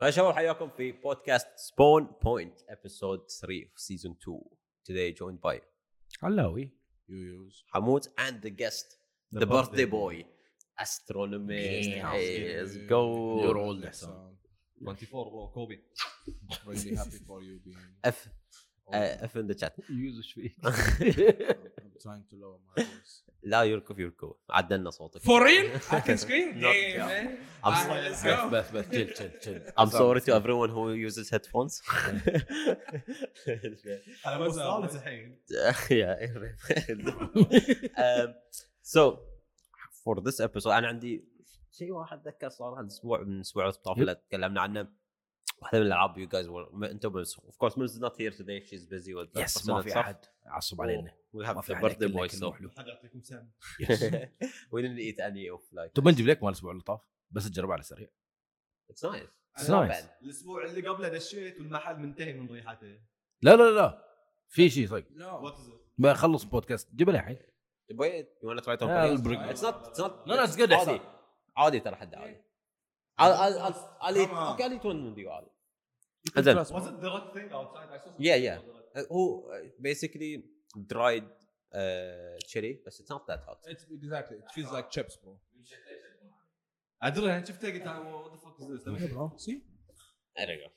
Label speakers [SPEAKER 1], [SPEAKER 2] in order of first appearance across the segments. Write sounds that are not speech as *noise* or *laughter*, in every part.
[SPEAKER 1] فشباب حياكم في بودكاست سبون بوينت ابيسود 3 في سيزون 2 today joined by
[SPEAKER 2] علاوي
[SPEAKER 3] يويوز
[SPEAKER 1] حمود and the guest the, birthday boy astronomy let's
[SPEAKER 3] You're
[SPEAKER 1] go
[SPEAKER 3] old Hassan.
[SPEAKER 4] 24 برو كوبي
[SPEAKER 2] *laughs*
[SPEAKER 3] Really happy for you being
[SPEAKER 1] اف
[SPEAKER 3] old.
[SPEAKER 1] اف ان ذا شات
[SPEAKER 2] يوز ايش فيك؟
[SPEAKER 3] I'm trying to lower my voice.
[SPEAKER 1] لا يركف يركف عدلنا صوتك
[SPEAKER 4] فور ريل؟ I can
[SPEAKER 1] *laughs*
[SPEAKER 4] scream? Damn, man.
[SPEAKER 1] I'm
[SPEAKER 4] Ah,
[SPEAKER 1] sorry.
[SPEAKER 4] let's go.
[SPEAKER 3] بس بس بس chill chill chill
[SPEAKER 1] I'm sorry to everyone who uses headphones
[SPEAKER 4] انا بس خالص الحين
[SPEAKER 1] yeah.
[SPEAKER 2] *laughs*
[SPEAKER 1] um, so for this episode انا عندي شيء واحد اتذكر صار هذا الاسبوع من الاسبوع الطافله تكلمنا عنه واحده من الالعاب يو جايز انتم اوف كورس ميمز نوت هير توداي شيز بيزي
[SPEAKER 2] *laughs* يس ما في احد عصب علينا
[SPEAKER 1] وي
[SPEAKER 2] ما
[SPEAKER 1] هاف
[SPEAKER 2] في
[SPEAKER 1] ذا
[SPEAKER 2] أحد
[SPEAKER 1] بيرثدي
[SPEAKER 2] يأكل
[SPEAKER 1] بوي
[SPEAKER 2] لكن
[SPEAKER 1] سو *laughs*
[SPEAKER 2] *laughs* نروح له.
[SPEAKER 4] حد يعطيكم سم
[SPEAKER 1] وي didn't eat any of like
[SPEAKER 2] طب بنجيب لك مال الاسبوع اللي طاف بس تجربه على السريع
[SPEAKER 1] it's nice
[SPEAKER 2] It's nice.
[SPEAKER 4] الاسبوع اللي قبله دشيت والمحل منتهي من ريحته
[SPEAKER 2] لا لا لا في شيء صدق
[SPEAKER 3] No.
[SPEAKER 4] وات از ات
[SPEAKER 2] ما خلص بودكاست جيب لي الحين
[SPEAKER 1] Wait, you want to try it on
[SPEAKER 2] Yeah,
[SPEAKER 1] Korean?
[SPEAKER 2] I'll bring-
[SPEAKER 1] It's not it's not
[SPEAKER 2] No, no, it's good,
[SPEAKER 1] عادي
[SPEAKER 2] Ihsan.
[SPEAKER 1] عادي ترى حد عادي I'll I'll I'll I'll eat
[SPEAKER 4] Come on.
[SPEAKER 1] okay I'll eat one with you عادي زين
[SPEAKER 4] واز ات ذا روك ثينج اوتسايد اي سو
[SPEAKER 1] Yeah, yeah. هو Uh, basically dried uh, chili بس it's not that hot
[SPEAKER 3] It's exactly. It feels like chips, bro.
[SPEAKER 4] ادري انا شفته قلت "Oh, وات ذا فوك از ذس
[SPEAKER 3] bro. See?
[SPEAKER 1] there you go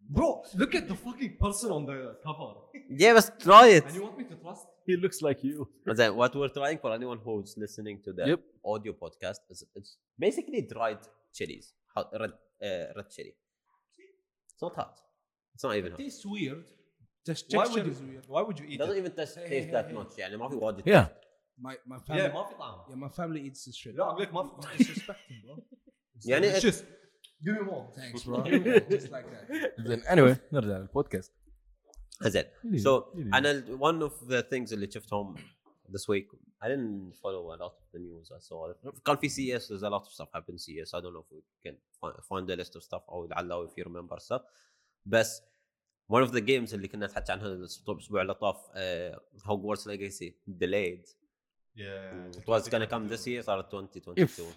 [SPEAKER 4] برو لوك ات ذا فوكينج بيرسون اون ذا كفر
[SPEAKER 1] yeah بس try
[SPEAKER 4] اند
[SPEAKER 1] it
[SPEAKER 4] يو ونت مي تو تراست
[SPEAKER 2] He looks like you.
[SPEAKER 1] زين what we're trying for anyone who's listening to the
[SPEAKER 2] Yep.
[SPEAKER 1] audio podcast is it's basically dried chilies hot, red uh, red chili it's not hot it's not even
[SPEAKER 3] It
[SPEAKER 1] hot
[SPEAKER 3] tastes weird. Just
[SPEAKER 4] Why
[SPEAKER 3] texture
[SPEAKER 4] would you-
[SPEAKER 3] is weird.
[SPEAKER 4] واي وود يو
[SPEAKER 1] it
[SPEAKER 4] ايت
[SPEAKER 1] doesn't even taste, taste that much يعني ما في واجد
[SPEAKER 2] Yeah.
[SPEAKER 3] My my family.
[SPEAKER 4] يا
[SPEAKER 3] Yeah,
[SPEAKER 4] ما في طعم
[SPEAKER 3] my family eats this shit.
[SPEAKER 4] لا اقول لك ما في طعم
[SPEAKER 3] Disrespecting, bro.
[SPEAKER 1] يعني it-
[SPEAKER 4] شوف جيف مي مور
[SPEAKER 3] *laughs* Thanks, bro. Just like
[SPEAKER 2] *laughs*
[SPEAKER 3] that.
[SPEAKER 2] *laughs* زين anyway نرجع للبودكاست
[SPEAKER 1] زين
[SPEAKER 2] Really?
[SPEAKER 1] So
[SPEAKER 2] Really?
[SPEAKER 1] and I'll- one of the things اللي شفتهم this week I didn't follow a lot of the news I saw كان في سي اس there's a lot of stuff happened سي اس I don't know if we can fi- find a list of stuff او لعله if you remember stuff بس one of the games اللي كنا نتحكى عنها الاسبوع الأسبوع اللي طاف هوجورتس ليجاسي uh, delayed it was gonna come this year صارت 2022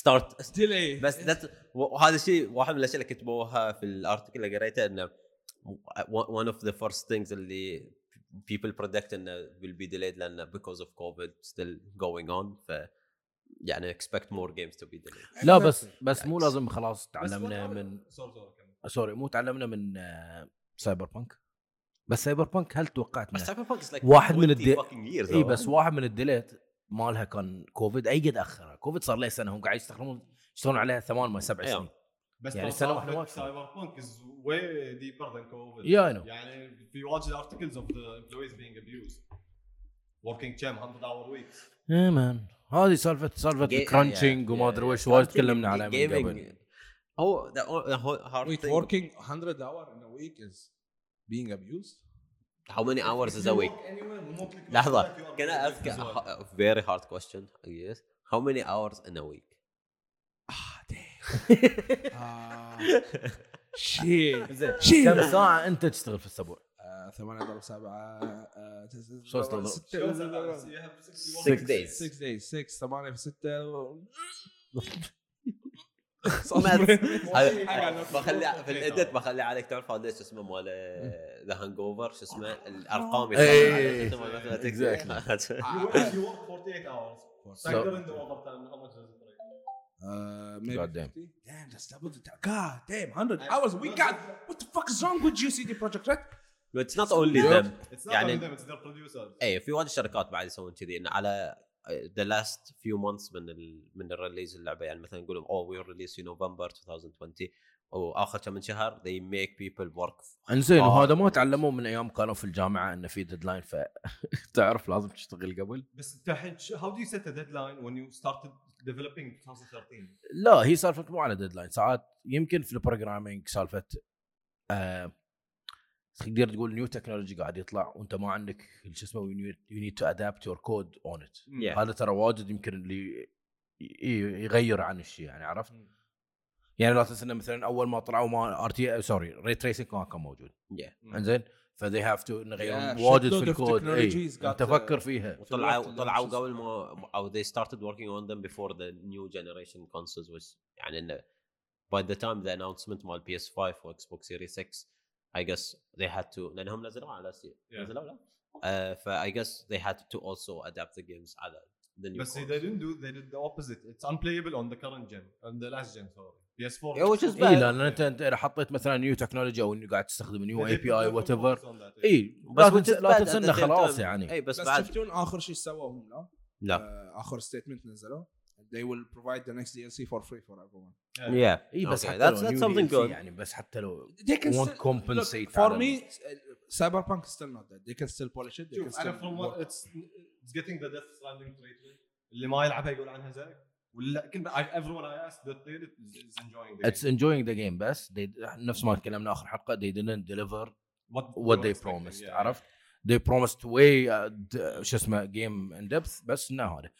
[SPEAKER 1] start
[SPEAKER 3] Still a.
[SPEAKER 1] بس that- وهذا الشيء واحد من الاشياء اللي كتبوها في الارتكل اللي قريته انه one of the first things اللي people predict انه will be delayed لانه because of COVID still going on ف يعني expect more games to be delayed
[SPEAKER 2] لا بس بس مو لازم خلاص تعلمنا من
[SPEAKER 4] سوري سوري كمل
[SPEAKER 2] سوري مو تعلمنا من سايبر بانك بس سايبر بانك هل توقعت
[SPEAKER 1] بس
[SPEAKER 2] منه
[SPEAKER 1] Cyberpunk is like
[SPEAKER 2] واحد
[SPEAKER 1] 20
[SPEAKER 2] من الدي-
[SPEAKER 1] fucking years
[SPEAKER 2] اي
[SPEAKER 1] though.
[SPEAKER 2] إيه، بس واحد من الديليت مالها كان كوفيد اي قد اخرها كوفيد صار له سنه هم قاعد يستخدمون يشتغلون عليها ثمان ما سبع
[SPEAKER 1] أيوة.
[SPEAKER 2] سنين
[SPEAKER 4] بس
[SPEAKER 2] يعني
[SPEAKER 4] يعني
[SPEAKER 2] سنة
[SPEAKER 4] سنه
[SPEAKER 2] واحدة
[SPEAKER 4] واحده
[SPEAKER 2] واكثر.
[SPEAKER 4] سايبر بانك از واي ديبر ذان كوفيد
[SPEAKER 2] Yeah, I know.
[SPEAKER 4] يعني في واجد ارتكلز اوف ذا امبلويز بينج ابيوز وركينج كم 100 اور ويك
[SPEAKER 2] اي مان إيه، هذه سالفه سالفه
[SPEAKER 1] Ga-
[SPEAKER 2] كرانشنج
[SPEAKER 1] yeah,
[SPEAKER 2] وما
[SPEAKER 1] yeah,
[SPEAKER 2] ادري وش
[SPEAKER 1] yeah.
[SPEAKER 2] وايد
[SPEAKER 1] Crunching,
[SPEAKER 2] تكلمنا عليها من
[SPEAKER 1] gaming.
[SPEAKER 2] قبل
[SPEAKER 1] هو the the whole hard
[SPEAKER 3] Wait,
[SPEAKER 1] thing
[SPEAKER 3] working 100 hour in a week is being abused?
[SPEAKER 1] how many hours is a week لحظة can I ask a a very hard question yes how many hours in a week
[SPEAKER 3] آه، شيت
[SPEAKER 2] كم ساعه انت تشتغل في الاسبوع؟
[SPEAKER 3] آه، ثمانية ضرب سبعة آه، تس-
[SPEAKER 2] ثلاثة ضرب.
[SPEAKER 3] ستة-
[SPEAKER 1] six days
[SPEAKER 3] six days six ثمانية في ستة
[SPEAKER 2] *laughs*
[SPEAKER 1] هذا- بخلي في الادت بخلي عليك تعرف هذا شو اسمه مال ذا هانج اوفر شو اسمه الارقام
[SPEAKER 2] آه.
[SPEAKER 1] *laughs*
[SPEAKER 2] إيه.
[SPEAKER 1] يطلعون
[SPEAKER 4] يو ورك 48 اورز تقدر انت اوفر تايم هاو ماتش
[SPEAKER 3] Uh, طيب. maybe
[SPEAKER 2] God damn.
[SPEAKER 3] 50. Damn, that's double the time. God damn, 100 hours. We got. What the fuck is wrong with you, CD Project Red?
[SPEAKER 1] اتس نوت اونلي ذم
[SPEAKER 4] اتس نوت
[SPEAKER 1] يعني-
[SPEAKER 4] اتس ذير بروديوسرز
[SPEAKER 1] اي إيه، في وايد شركات بعد يسوون كذي انه على آه، ذا لاست فيو مانثس من ال من الريليز اللعبه يعني مثلا نقول اوه وي ريليس في نوفمبر 2020 او اخر كم من شهر they make people work
[SPEAKER 2] انزين
[SPEAKER 1] آه.
[SPEAKER 2] وهذا ما تعلموه من ايام كانوا في الجامعه انه في ديدلاين *laughs* فتعرف لازم تشتغل قبل
[SPEAKER 4] بس انت الحين هاو دو يو سيت ا ديدلاين وين يو ستارتد ديفلوبينج 2013
[SPEAKER 2] لا هي سالفه مو على ديدلاين ساعات يمكن في البروجرامينج سالفه آه تقدر تقول نيو تكنولوجي قاعد يطلع وانت ما عندك شو اسمه يو نيد تو ادابت يور كود اون ات
[SPEAKER 1] Yeah.
[SPEAKER 2] هذا ترى واجد يمكن اللي ي- يغير عن الشيء يعني عرفت؟ يعني لا تنسى انه مثلا اول ما طلعوا ما ار تي سوري ري تريسنج ما كان موجود
[SPEAKER 4] Mm.
[SPEAKER 2] انزين فذي هاف تو يغيرون
[SPEAKER 3] Yeah,
[SPEAKER 2] واجد
[SPEAKER 3] shitload
[SPEAKER 2] في
[SPEAKER 3] of
[SPEAKER 2] الكود اي
[SPEAKER 3] technologies got,
[SPEAKER 2] انت
[SPEAKER 3] uh,
[SPEAKER 2] فكر فيها
[SPEAKER 1] وطلعوا
[SPEAKER 3] الوقت
[SPEAKER 1] طلعوا
[SPEAKER 3] اللي-
[SPEAKER 1] قبل ما او they started working on them before the new generation consoles was يعني انه by the time the announcement مال PS5 و Xbox Series X I guess they had to لانهم نزلوها على ستيم
[SPEAKER 4] Yeah.
[SPEAKER 1] نزلوها لا uh, ف I guess they had to also adapt the games على the new
[SPEAKER 4] But see,
[SPEAKER 1] consoles.
[SPEAKER 4] they didn't do. They did the opposite. It's unplayable on the current gen, on the last gen. Sorry, PS4.
[SPEAKER 1] Yeah, which is
[SPEAKER 2] اي لان انت انت اذا حطيت مثلا نيو تكنولوجي او انه قاعد تستخدم
[SPEAKER 4] They
[SPEAKER 3] *laughs*
[SPEAKER 2] نيو اي
[SPEAKER 4] put
[SPEAKER 2] بي اي
[SPEAKER 4] their
[SPEAKER 2] وات
[SPEAKER 4] full
[SPEAKER 2] ايفر
[SPEAKER 4] focus on that.
[SPEAKER 2] اي لا
[SPEAKER 1] which
[SPEAKER 2] تنس-
[SPEAKER 1] is
[SPEAKER 2] إيه، لا
[SPEAKER 1] bad at
[SPEAKER 2] تنسى
[SPEAKER 1] the
[SPEAKER 2] انه
[SPEAKER 1] same
[SPEAKER 2] خلاص
[SPEAKER 1] time.
[SPEAKER 2] يعني
[SPEAKER 1] اي بس,
[SPEAKER 3] بس
[SPEAKER 1] بعد
[SPEAKER 3] شفتون اخر شيء سووا هم لا؟
[SPEAKER 1] لا
[SPEAKER 3] آه، اخر ستيتمنت نزلوه they will provide the next DLC for free for everyone
[SPEAKER 4] Yeah.
[SPEAKER 1] yeah
[SPEAKER 2] اي إيه، بس
[SPEAKER 1] Okay,
[SPEAKER 2] حتى
[SPEAKER 1] that's,
[SPEAKER 2] لو
[SPEAKER 1] that's
[SPEAKER 2] new
[SPEAKER 1] something
[SPEAKER 2] DLC
[SPEAKER 1] good
[SPEAKER 2] يعني بس حتى لو
[SPEAKER 3] they can
[SPEAKER 2] won't
[SPEAKER 3] still-
[SPEAKER 2] compensate
[SPEAKER 3] look, for
[SPEAKER 2] على
[SPEAKER 3] me uh,
[SPEAKER 2] ال-
[SPEAKER 3] cyberpunk is still not that they can still polish it they can
[SPEAKER 4] شوف انا
[SPEAKER 3] still
[SPEAKER 4] from
[SPEAKER 3] work.
[SPEAKER 4] what it's it's getting the death stranding treatment اللي ما يلعبها يقول عنها زي ولا كل I, everyone I asked that they did is is enjoying the
[SPEAKER 2] اتس انجوينج ذا جيم بس they, نفس ما تكلمنا اخر حلقه they didn't deliver
[SPEAKER 4] what,
[SPEAKER 2] what
[SPEAKER 4] were
[SPEAKER 2] they
[SPEAKER 4] expecting,
[SPEAKER 2] promised
[SPEAKER 4] yeah.
[SPEAKER 2] عرفت they promised way uh, د- شو اسمه جيم ان depth بس انه هذا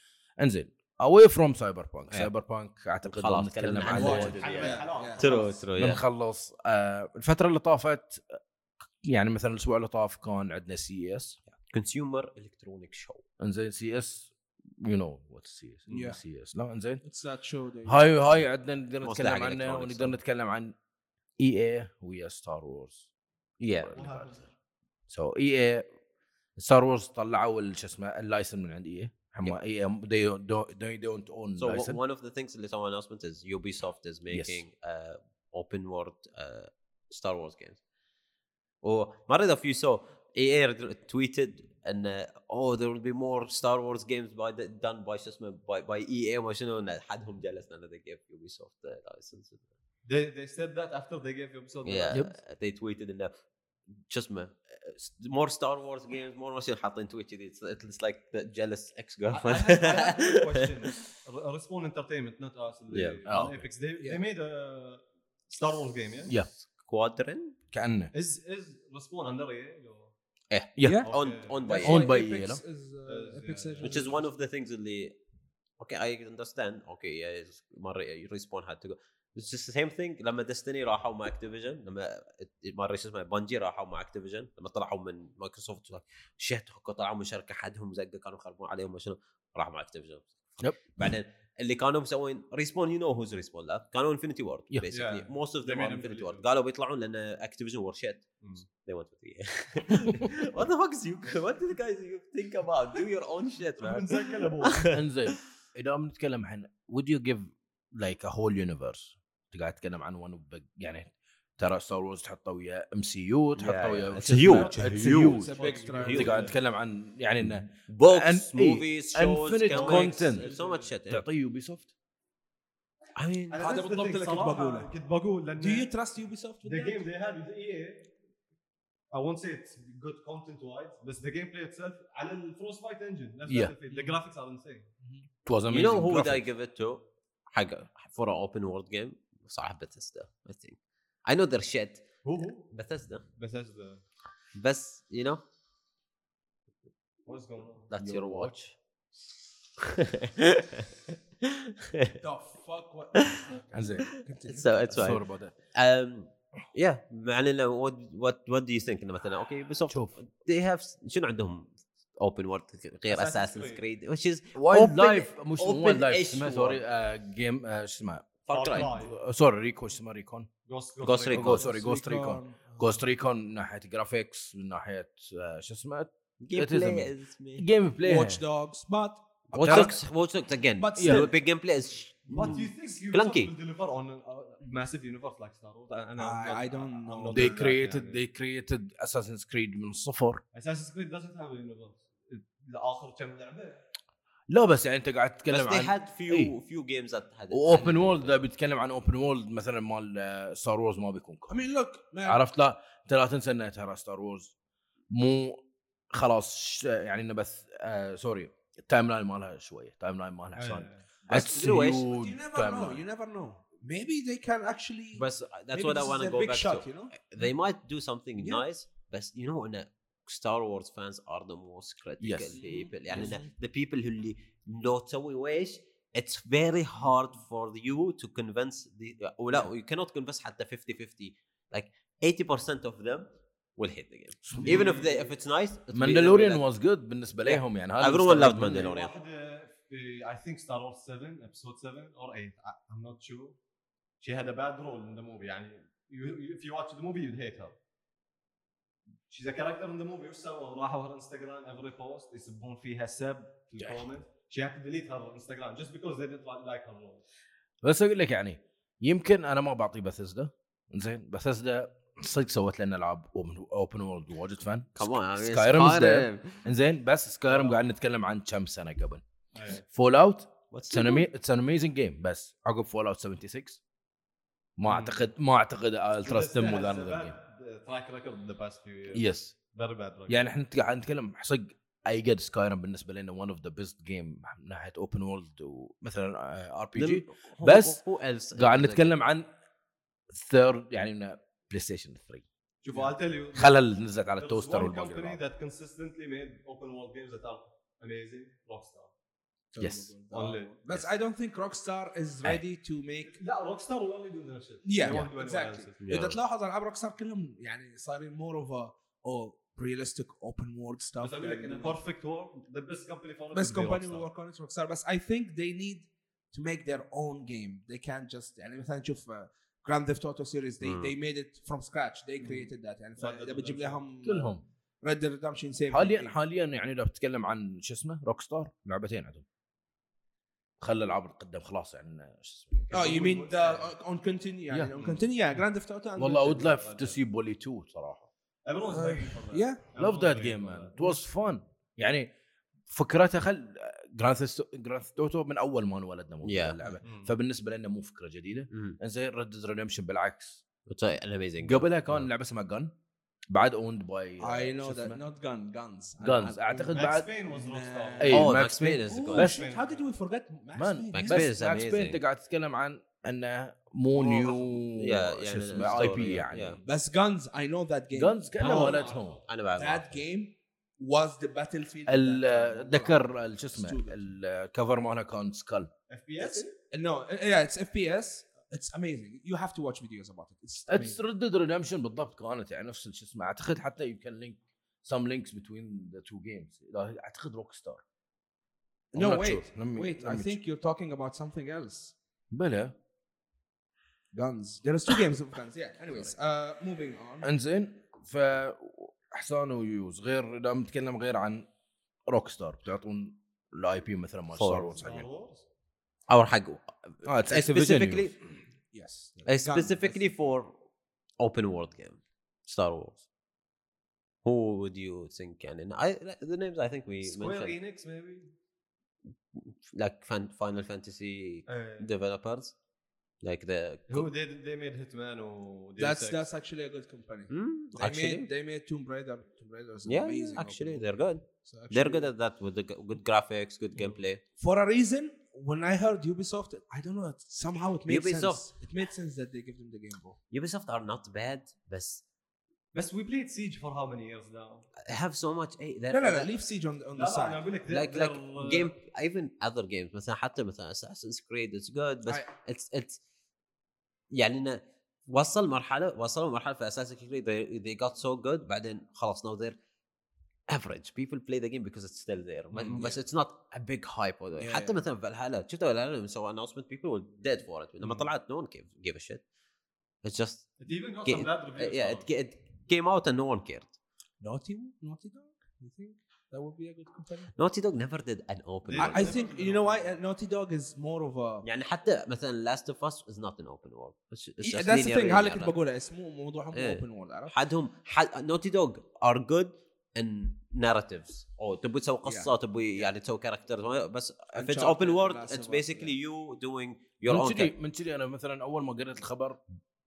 [SPEAKER 2] انزين away from سايبر بانك
[SPEAKER 1] Yeah.
[SPEAKER 2] سايبر بانك اعتقد
[SPEAKER 1] إيه. خلاص،
[SPEAKER 2] خلاص نتكلم
[SPEAKER 1] تكلمنا
[SPEAKER 4] عن
[SPEAKER 2] عنه
[SPEAKER 4] واجد.
[SPEAKER 2] واجد.
[SPEAKER 4] حلقة-
[SPEAKER 3] Yeah,
[SPEAKER 4] حلقة.
[SPEAKER 3] yeah.
[SPEAKER 1] ترو ترو yeah.
[SPEAKER 2] بنخلص آه الفتره اللي طافت آه، يعني مثلا الاسبوع اللي طاف كان عندنا E سي اس
[SPEAKER 1] كونسيومر الكترونيك شو
[SPEAKER 2] انزين سي اس يو نو وات سي
[SPEAKER 3] Yeah.
[SPEAKER 2] اس سي اس لا انزين
[SPEAKER 3] it's that show they
[SPEAKER 2] هاي هاي عندنا نقدر
[SPEAKER 1] Mostly
[SPEAKER 2] نتكلم
[SPEAKER 1] حق
[SPEAKER 2] عنه
[SPEAKER 1] electronics.
[SPEAKER 2] ونقدر نتكلم عن اي اي ويا ستار وورز
[SPEAKER 1] Yeah.
[SPEAKER 2] سو اي اي ستار وورز طلعوا ال- شو اسمه اللايسن من عند E اي اي حما اي اي دونت اون
[SPEAKER 1] So w-
[SPEAKER 2] لايسن
[SPEAKER 1] one of the things in this announcement is Ubisoft is making uh, open world uh, Star Wars games. Or ما ادري if you saw EA red- tweeted and uh, oh there will be more Star Wars games by the, done by شو اسمه by, by EA وما شنو إن حدهم جلس none of they gave Ubisoft the license.
[SPEAKER 4] they, they said that after they gave episode
[SPEAKER 1] Yeah,
[SPEAKER 2] Yep.
[SPEAKER 1] they tweeted انه شو اسمه uh, more Star Wars games more ما شنو حاطين تويت كذي it's, it's like the jealous ex
[SPEAKER 4] I, I,
[SPEAKER 1] girlfriend.
[SPEAKER 4] had- I had one
[SPEAKER 1] *laughs*
[SPEAKER 4] question. R- Respawn Entertainment, not us.
[SPEAKER 1] Yeah.
[SPEAKER 4] Yeah.
[SPEAKER 2] Oh.
[SPEAKER 4] Apex. They, they
[SPEAKER 3] Yeah.
[SPEAKER 4] made a Star Wars game, yeah?
[SPEAKER 1] Squadron
[SPEAKER 2] كانه
[SPEAKER 4] Is is Respawn under EA? or-
[SPEAKER 2] يا
[SPEAKER 3] Yeah.
[SPEAKER 1] on
[SPEAKER 4] Okay.
[SPEAKER 1] on by
[SPEAKER 3] But
[SPEAKER 2] Owned
[SPEAKER 3] like
[SPEAKER 2] by
[SPEAKER 3] Apex
[SPEAKER 2] EA, no?
[SPEAKER 3] is, uh,
[SPEAKER 4] Is,
[SPEAKER 3] Apex
[SPEAKER 4] yeah.
[SPEAKER 3] Legends
[SPEAKER 1] which is one of the things اللي okay I understand okay yeah it's- مرة respawn had to go it's just the same thing لما ديستني راحوا مع اكتيفيجن لما مرة شو اسمه بانجي راحوا مع اكتيفيجن لما طلعوا من مايكروسوفت شيت طلعوا من شركة حدهم زقة كانوا يخربون عليهم وشنو راحوا مع اكتيفيجن
[SPEAKER 2] Yep.
[SPEAKER 1] بعدين اللي كانوا مسوين ريسبون يو نو هوز ريسبون لا كانوا انفنتي وورد
[SPEAKER 2] Yeah.
[SPEAKER 1] بيسكلي
[SPEAKER 4] Yeah.
[SPEAKER 1] موست اوف
[SPEAKER 4] They
[SPEAKER 1] ذيم
[SPEAKER 4] made
[SPEAKER 1] انفنتي
[SPEAKER 4] Infinity
[SPEAKER 1] وورد
[SPEAKER 4] Ward.
[SPEAKER 1] قالوا بيطلعون لان اكتيفيجن وور شيت
[SPEAKER 4] Mm.
[SPEAKER 1] They want to be. *laughs* what the fuck is you? What do you guys you think about? Do your own shit, man.
[SPEAKER 4] نسجل أبوه.
[SPEAKER 2] انزين اذا عم نتكلم عن would you give like a whole universe انت قاعد تتكلم عن one of the يعني ترى ستار وورز تحطه ويا ام سي يو تحطه
[SPEAKER 1] Yeah,
[SPEAKER 2] ويا
[SPEAKER 1] yeah. It's
[SPEAKER 2] شو اسمه؟
[SPEAKER 1] huge.
[SPEAKER 2] It's
[SPEAKER 1] It's
[SPEAKER 2] huge.
[SPEAKER 3] It's a big
[SPEAKER 2] انت
[SPEAKER 3] triangle.
[SPEAKER 2] قاعد تتكلم عن يعني انه
[SPEAKER 1] Books,
[SPEAKER 2] And-
[SPEAKER 1] movies,
[SPEAKER 2] إيه.
[SPEAKER 1] shows,
[SPEAKER 2] Infinite
[SPEAKER 1] comics,
[SPEAKER 2] content.
[SPEAKER 1] So much shit. yeah.
[SPEAKER 2] تعطيه يوبي سوفت
[SPEAKER 1] Mm. I mean,
[SPEAKER 4] أنا
[SPEAKER 3] هذا
[SPEAKER 4] that's the
[SPEAKER 3] بالضبط
[SPEAKER 4] thing
[SPEAKER 3] اللي كنت
[SPEAKER 4] صراحة
[SPEAKER 3] بقوله.
[SPEAKER 4] كنت بقول لأن
[SPEAKER 3] do you trust Ubisoft with
[SPEAKER 4] the
[SPEAKER 3] that?
[SPEAKER 4] game they had with EA I won't say it's good content wise بس the gameplay itself على الفروست فايت انجن نفس
[SPEAKER 2] Yeah.
[SPEAKER 4] Battlefield. the graphics are insane
[SPEAKER 2] It was amazing
[SPEAKER 1] you know who would I
[SPEAKER 2] graphics.
[SPEAKER 1] give it to? حق for an open world game. صراحة Bethesda. I think. I know their shit.
[SPEAKER 4] هو هو
[SPEAKER 1] Bethesda.
[SPEAKER 4] بس that's the
[SPEAKER 1] بس you know
[SPEAKER 4] what's going on
[SPEAKER 1] that's your,
[SPEAKER 2] Your
[SPEAKER 1] watch. *laughs*
[SPEAKER 3] the fuck what
[SPEAKER 2] انزين
[SPEAKER 1] so it's fine.
[SPEAKER 2] Sorry about that.
[SPEAKER 1] um yeah معنى انه what what what do you think انه مثلا اوكي بس
[SPEAKER 2] شوف.
[SPEAKER 1] they have شنو عندهم open world غير
[SPEAKER 4] Assassin's
[SPEAKER 1] اساسن
[SPEAKER 4] Creed.
[SPEAKER 1] كريد which is
[SPEAKER 2] وايلد
[SPEAKER 1] Open-
[SPEAKER 2] لايف مش
[SPEAKER 1] open
[SPEAKER 2] وايلد لايف
[SPEAKER 1] issue.
[SPEAKER 2] اسمه سوري جيم آه، شو اسمه
[SPEAKER 1] Far
[SPEAKER 4] Far
[SPEAKER 1] Cry
[SPEAKER 4] Cry.
[SPEAKER 2] سوري ريكون شو اسمه ريكون
[SPEAKER 4] Ghost
[SPEAKER 1] Ghost Recon.
[SPEAKER 2] Ghost- sorry Ghost Recon
[SPEAKER 3] uh,
[SPEAKER 2] جوست ريكون من ناحيه جرافيكس من ناحيه آه، شو اسمه
[SPEAKER 1] جيم
[SPEAKER 2] It is
[SPEAKER 1] بلاي
[SPEAKER 2] amazing.
[SPEAKER 1] از
[SPEAKER 2] جيم بلاي
[SPEAKER 3] Watch Dogs but
[SPEAKER 1] Watch
[SPEAKER 2] Terra-
[SPEAKER 1] Dogs Watch Dogs again
[SPEAKER 3] But
[SPEAKER 1] yeah.
[SPEAKER 3] still-
[SPEAKER 1] big game play is Mm.
[SPEAKER 4] What do you think Ubisoft
[SPEAKER 1] Clunky.
[SPEAKER 4] will deliver on a a massive universe like Star Wars? I,
[SPEAKER 3] I- I don't know.
[SPEAKER 2] they
[SPEAKER 4] into that
[SPEAKER 2] created
[SPEAKER 4] يعني.
[SPEAKER 2] they created Assassin's Creed من الصفر
[SPEAKER 4] Assassin's Creed doesn't have a universe. آخر كم لعبة
[SPEAKER 2] لا بس يعني انت قاعد
[SPEAKER 1] بس
[SPEAKER 2] تتكلم
[SPEAKER 1] they
[SPEAKER 2] عن
[SPEAKER 1] had few
[SPEAKER 2] إيه.
[SPEAKER 1] few games that had it.
[SPEAKER 2] واوبن وورلد اذا بيتكلم عن اوبن وورلد مثلا مال ستار وورز ما بيكون
[SPEAKER 3] I
[SPEAKER 2] كامل.
[SPEAKER 3] mean look man
[SPEAKER 2] عرفت لا انت لا تنسى انه ترى ستار وورز مو خلاص ش- يعني انه بس آه سوري التايم لاين مالها شويه التايم لاين مالها حسان
[SPEAKER 1] بس تدري ويش؟
[SPEAKER 2] It's
[SPEAKER 3] you
[SPEAKER 2] huge
[SPEAKER 3] never know
[SPEAKER 2] timeline.
[SPEAKER 3] you never know maybe they can actually
[SPEAKER 1] بس uh, that's
[SPEAKER 3] maybe
[SPEAKER 1] what I
[SPEAKER 3] this is
[SPEAKER 1] want to
[SPEAKER 3] their
[SPEAKER 1] go
[SPEAKER 3] big
[SPEAKER 1] back
[SPEAKER 3] shot,
[SPEAKER 1] to
[SPEAKER 3] you know
[SPEAKER 1] they might do something
[SPEAKER 3] Yeah.
[SPEAKER 1] nice بس you know انه Star Wars fans are the most critical
[SPEAKER 2] Yes.
[SPEAKER 1] people يعني
[SPEAKER 3] Yes.
[SPEAKER 1] yes. the people who اللي لو تسوي ويش it's very hard for you to convince the او لا you cannot convince حتى 50 50 like 80% of them will hate the game even if they if it's nice it's
[SPEAKER 2] ماندلوريان واز جود بالنسبه
[SPEAKER 1] Yeah.
[SPEAKER 2] لهم يعني هذا
[SPEAKER 1] everyone loved
[SPEAKER 2] مستغرب منه.
[SPEAKER 1] Mandalorian
[SPEAKER 4] اه، واحد في I think Star Wars 7 episode 7 or 8 I- I'm not sure she had a bad role in the movie يعني you, you, if you watch the movie you'd hate her she's a character in the movie وش سووا راحوا her Instagram every post يسبون فيها سب في
[SPEAKER 2] جاي.
[SPEAKER 4] الكومنت she had to delete her Instagram just because they didn't like her role
[SPEAKER 2] بس اقول لك يعني يمكن انا ما بعطي بثزدا زين بثزدا صدق سوت لنا العاب اوبن وورلد واجد فن
[SPEAKER 1] كمان
[SPEAKER 2] Skyrim is there. زين بس سكايرم قاعد نتكلم عن كم سنه قبل
[SPEAKER 4] إيه.
[SPEAKER 2] فول اوت
[SPEAKER 1] What's the name?
[SPEAKER 2] اتس ان اميزنج جيم بس عقب فول اوت 76 ما اعتقد ما اعتقد التراست ذم وذا جيم
[SPEAKER 4] تراك ريكورد ذا باست فيو
[SPEAKER 2] يس
[SPEAKER 4] فيري باد
[SPEAKER 2] يعني احنا نت- قاعد نتكلم صدق اي قد سكايرم بالنسبه لنا ون اوف ذا بيست جيم من ناحيه اوبن وورلد ومثلا ار بي جي
[SPEAKER 1] Who-
[SPEAKER 2] بس
[SPEAKER 1] who else
[SPEAKER 2] قاعد نتكلم عن ثيرد يعني من بلاي ستيشن 3
[SPEAKER 4] شوف I'll tell you
[SPEAKER 2] خلل نزلت على
[SPEAKER 4] there's
[SPEAKER 2] التوستر
[SPEAKER 4] one
[SPEAKER 2] والباقي
[SPEAKER 4] company
[SPEAKER 2] الألعاب.
[SPEAKER 4] that consistently made open world games that are amazing Rockstar
[SPEAKER 2] Yes.
[SPEAKER 4] Only.
[SPEAKER 3] But I don't think Rockstar is ready to make
[SPEAKER 4] لا Rockstar will only do their shit
[SPEAKER 3] Yeah,
[SPEAKER 4] They
[SPEAKER 3] yeah,
[SPEAKER 4] won't do anyone
[SPEAKER 3] exactly.
[SPEAKER 4] else's.
[SPEAKER 1] Yeah.
[SPEAKER 3] اذا تلاحظ العاب روك ستار كلهم يعني صايرين مور اوف او ريالستيك اوبن وورد
[SPEAKER 4] بس
[SPEAKER 3] ستاف
[SPEAKER 4] اقول لك ان بيرفكت وورد ذا بيست company for it
[SPEAKER 3] بس
[SPEAKER 4] would be
[SPEAKER 3] كومباني
[SPEAKER 4] Rockstar.
[SPEAKER 3] ورك اون روك ستار بس اي ثينك ذي نيد تو ميك ذير اون جيم ذي كان جاست يعني مثلا تشوف جراند ثيفت اوتو سيريز they
[SPEAKER 1] Mm.
[SPEAKER 3] they made it from scratch
[SPEAKER 4] Hmm.
[SPEAKER 3] they created that يعني
[SPEAKER 4] Red Dead
[SPEAKER 3] فاذا بتجيب
[SPEAKER 4] Redemption.
[SPEAKER 3] لهم
[SPEAKER 2] كلهم
[SPEAKER 3] ريد ديد ريدمشن سيف
[SPEAKER 2] حاليا حاليا يعني لو بتتكلم عن شو اسمه روك ستار لعبتين عندهم خلى العاب القدم خلاص يعني شو اسمه
[SPEAKER 3] اه يو مين اون كونتينيو يعني
[SPEAKER 2] Yeah.
[SPEAKER 3] اون كونتينيو يعني جراند ثيفت اوتو
[SPEAKER 2] والله اي وود لايف تو سي بولي 2 صراحه
[SPEAKER 4] Everyone's begging for that.
[SPEAKER 3] يا
[SPEAKER 4] Everyone's
[SPEAKER 2] لاف ذات
[SPEAKER 4] begging
[SPEAKER 2] جيم
[SPEAKER 4] for
[SPEAKER 2] مان
[SPEAKER 4] that.
[SPEAKER 2] ات واز فان يعني فكرتها خل جراند توتو من اول ما انولدنا مو
[SPEAKER 1] Yeah.
[SPEAKER 2] اللعبه
[SPEAKER 4] Mm.
[SPEAKER 2] فبالنسبه لنا مو فكره جديده
[SPEAKER 1] Mm.
[SPEAKER 2] زين ريد ديد ريدمشن بالعكس
[SPEAKER 1] It's uh, amazing.
[SPEAKER 2] قبلها كان
[SPEAKER 1] Yeah.
[SPEAKER 2] لعبه اسمها جن بعد اوند باي
[SPEAKER 3] اي نو ذات نوت جان جانز
[SPEAKER 2] Guns. أعتقد
[SPEAKER 4] Max
[SPEAKER 2] بعد-
[SPEAKER 4] Payne was Rockstar.
[SPEAKER 2] إيه.
[SPEAKER 1] Oh,
[SPEAKER 2] Max
[SPEAKER 1] Max Payne is the
[SPEAKER 3] Oh,
[SPEAKER 1] god.
[SPEAKER 2] Best-
[SPEAKER 3] shit, how did we forget Max
[SPEAKER 2] Man,
[SPEAKER 3] Payne?
[SPEAKER 1] Max
[SPEAKER 2] بس
[SPEAKER 1] Payne is
[SPEAKER 2] ماكس بين
[SPEAKER 1] amazing.
[SPEAKER 2] انت قاعد تتكلم عن انه مو نيو
[SPEAKER 1] Yeah,
[SPEAKER 2] شو
[SPEAKER 1] يعني
[SPEAKER 2] اسمه اي
[SPEAKER 1] story,
[SPEAKER 2] بي
[SPEAKER 1] yeah,
[SPEAKER 2] يعني
[SPEAKER 1] yeah.
[SPEAKER 3] بس Guns I know that game
[SPEAKER 2] جنز كانه
[SPEAKER 4] Oh.
[SPEAKER 2] ولدهم
[SPEAKER 1] انا بعد
[SPEAKER 3] that game was the battlefield
[SPEAKER 2] ال- اتذكر ال- شو اسمه
[SPEAKER 3] Student.
[SPEAKER 2] الكفر مالها كان سكال
[SPEAKER 4] FPS?
[SPEAKER 3] Uh, no yeah it's FPS it's amazing you have to watch videos about it it's
[SPEAKER 2] اتس
[SPEAKER 3] amazing.
[SPEAKER 2] ردد ريدمشن بالضبط كانت يعني نفس شو اسمه اعتقد حتى يو كان لينك سم لينكس بتوين ذا تو جيمز اعتقد روك ستار
[SPEAKER 3] no wait wait I think you're talking about something else
[SPEAKER 2] بلى
[SPEAKER 3] Guns there's two games of Guns yeah anyways uh, moving on
[SPEAKER 2] انزين ف احسان ويوز غير لا نتكلم غير عن روك ستار بتعطون الاي بي مثلا مال
[SPEAKER 1] Four.
[SPEAKER 2] ستار وورز
[SPEAKER 4] Star Wars?
[SPEAKER 1] او حق
[SPEAKER 2] اه it's Activision
[SPEAKER 1] specifically
[SPEAKER 2] Youth.
[SPEAKER 3] yes
[SPEAKER 1] specifically for open world game Star Wars who would you think يعني I the names I think we
[SPEAKER 4] Square
[SPEAKER 1] mentioned
[SPEAKER 4] Enix maybe?
[SPEAKER 1] like fan- Final Fantasy
[SPEAKER 4] Eh,
[SPEAKER 1] developers like the
[SPEAKER 4] Uh,
[SPEAKER 1] Hmm,
[SPEAKER 4] Who they, they made Hitman و Deus
[SPEAKER 3] that's
[SPEAKER 4] Ex.
[SPEAKER 3] that's actually a good company
[SPEAKER 1] Hmm?
[SPEAKER 3] they
[SPEAKER 1] actually
[SPEAKER 3] made they made Tomb Raider Tomb Raider is an
[SPEAKER 1] yeah,
[SPEAKER 3] amazing
[SPEAKER 1] yeah actually
[SPEAKER 3] open world.
[SPEAKER 1] they're good
[SPEAKER 3] So
[SPEAKER 1] they're
[SPEAKER 3] actually-
[SPEAKER 1] good at that with the g- good graphics good
[SPEAKER 3] Mm-hmm.
[SPEAKER 1] gameplay
[SPEAKER 3] for a reason when I heard Ubisoft, I don't know. It, somehow it made sense.
[SPEAKER 1] Ubisoft.
[SPEAKER 3] It made sense that they give them the Game Boy.
[SPEAKER 1] Ubisoft are not bad بس
[SPEAKER 4] بس we played Siege for how many years now?
[SPEAKER 1] have so much eh, they're,
[SPEAKER 3] No, no, no. Leave Siege on, on
[SPEAKER 4] لا
[SPEAKER 3] the
[SPEAKER 4] لا أنا
[SPEAKER 3] side.
[SPEAKER 4] أقول لك
[SPEAKER 1] like like
[SPEAKER 4] they're- they're, uh,
[SPEAKER 1] game even other games مثلا حتى مثلا Assassin's Creed it's good بس
[SPEAKER 3] I-
[SPEAKER 1] it's it's يعني انه وصل مرحله وصلوا مرحله في Assassin's Creed they, they got so good بعدين خلاص now they're average people play the game because it's still there
[SPEAKER 4] Mm,
[SPEAKER 1] بس it's not a big hype or
[SPEAKER 3] Mm-hmm. Yeah,
[SPEAKER 1] حتى
[SPEAKER 3] yeah.
[SPEAKER 1] مثلا فالهالا شفت فالهالا لما سووا announcement people were dead for it
[SPEAKER 3] Mm-hmm.
[SPEAKER 1] لما
[SPEAKER 4] Mm.
[SPEAKER 1] طلعت no one gave, gave a shit it's just
[SPEAKER 4] It even got
[SPEAKER 1] Game-
[SPEAKER 4] some bad
[SPEAKER 3] أيوة،
[SPEAKER 4] reviews.
[SPEAKER 1] uh, yeah it,
[SPEAKER 4] though.
[SPEAKER 1] it came out and no one cared
[SPEAKER 3] Naughty, Naughty Dog. You think that would be a good company?
[SPEAKER 1] Naughty Dog never did an open
[SPEAKER 4] They
[SPEAKER 1] world
[SPEAKER 3] I, I think you know why uh, Naughty Dog is more of a.
[SPEAKER 1] يعني حتى مثلا Last of Us is not an open world. It's, it's
[SPEAKER 3] Yeah,
[SPEAKER 1] just
[SPEAKER 3] إيه، that's the
[SPEAKER 1] linear
[SPEAKER 3] thing. هذا اللي
[SPEAKER 1] linear.
[SPEAKER 3] كنت بقوله اسمه موضوعهم
[SPEAKER 1] إيه.
[SPEAKER 3] اوبن وورد عرفت؟
[SPEAKER 1] يعني حدهم حد Naughty Dog are good in narratives او تبي تسوي قصه تبي يعني تسوي كاركتر بس if it's
[SPEAKER 3] Uncharted,
[SPEAKER 1] open world
[SPEAKER 3] Last of
[SPEAKER 1] it's
[SPEAKER 3] Us,
[SPEAKER 1] basically you doing your
[SPEAKER 2] من
[SPEAKER 1] own
[SPEAKER 2] كذي
[SPEAKER 1] character.
[SPEAKER 2] من كذي انا مثلا اول ما قريت الخبر